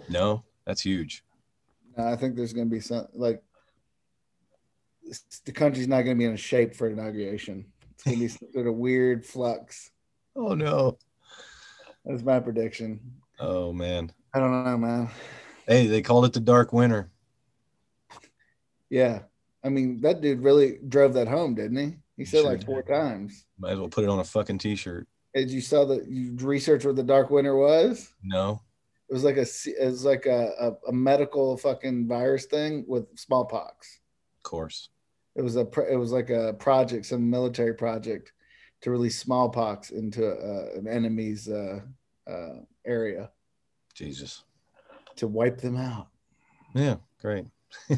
Speaker 1: no that's huge
Speaker 2: No, I think there's going to be some like s- the country's not going to be in a shape for inauguration. It's going to be some sort of weird flux.
Speaker 1: Oh no.
Speaker 2: That's my prediction.
Speaker 1: Oh man.
Speaker 2: I don't know, man.
Speaker 1: Hey, they called it the dark winter.
Speaker 2: Yeah, I mean that dude really drove that home, didn't he? He said
Speaker 1: Sure
Speaker 2: like four times.
Speaker 1: Might as well put it on a fucking t-shirt.
Speaker 2: As you saw that you researched what the dark winter was.
Speaker 1: No.
Speaker 2: It was like a se- it was like a, a, a medical fucking virus thing with smallpox.
Speaker 1: Of course.
Speaker 2: It was a pro- it was like a project, some military project to release smallpox into uh, an enemy's uh, uh, area
Speaker 1: Jesus.
Speaker 2: to wipe them out.
Speaker 1: Yeah, great. All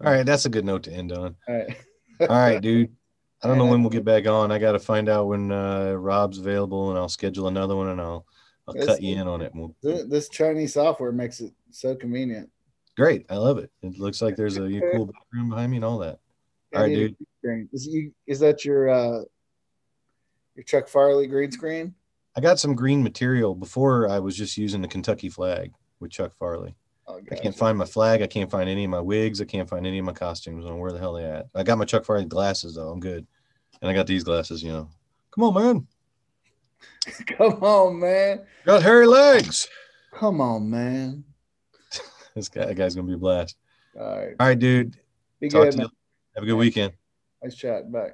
Speaker 1: right, that's a good note to end on.
Speaker 2: All right.
Speaker 1: All right, dude. I don't know when we'll get back on. I got to find out when uh, Rob's available, and I'll schedule another one, and I'll I'll
Speaker 2: That's
Speaker 1: cut you
Speaker 2: it.
Speaker 1: in on it. and we'll-
Speaker 2: Th- This Chinese software makes it so convenient.
Speaker 1: Great, I love it. It looks like there's a cool background behind me and all that. All
Speaker 2: I
Speaker 1: right,
Speaker 2: need a
Speaker 1: dude.
Speaker 2: green screen. Is, you, is that your uh, your Chuck Farley green screen?
Speaker 1: I got some green material before. I was just using the Kentucky flag with Chuck Farley.
Speaker 2: Oh,
Speaker 1: I
Speaker 2: gotcha.
Speaker 1: can't find my flag. I can't find any of my wigs. I can't find any of my costumes. And where the hell they at? I got my Chuck Farley glasses though. I'm good, and I got these glasses. You know, come on, man.
Speaker 2: Come on, man.
Speaker 1: Got hairy legs.
Speaker 2: Come on, man.
Speaker 1: This guy, that guy's gonna be a blast.
Speaker 2: All right.
Speaker 1: All right, dude.
Speaker 2: Be
Speaker 1: Talk
Speaker 2: good.
Speaker 1: to
Speaker 2: man.
Speaker 1: you. Have a good weekend.
Speaker 2: Nice chat. Bye.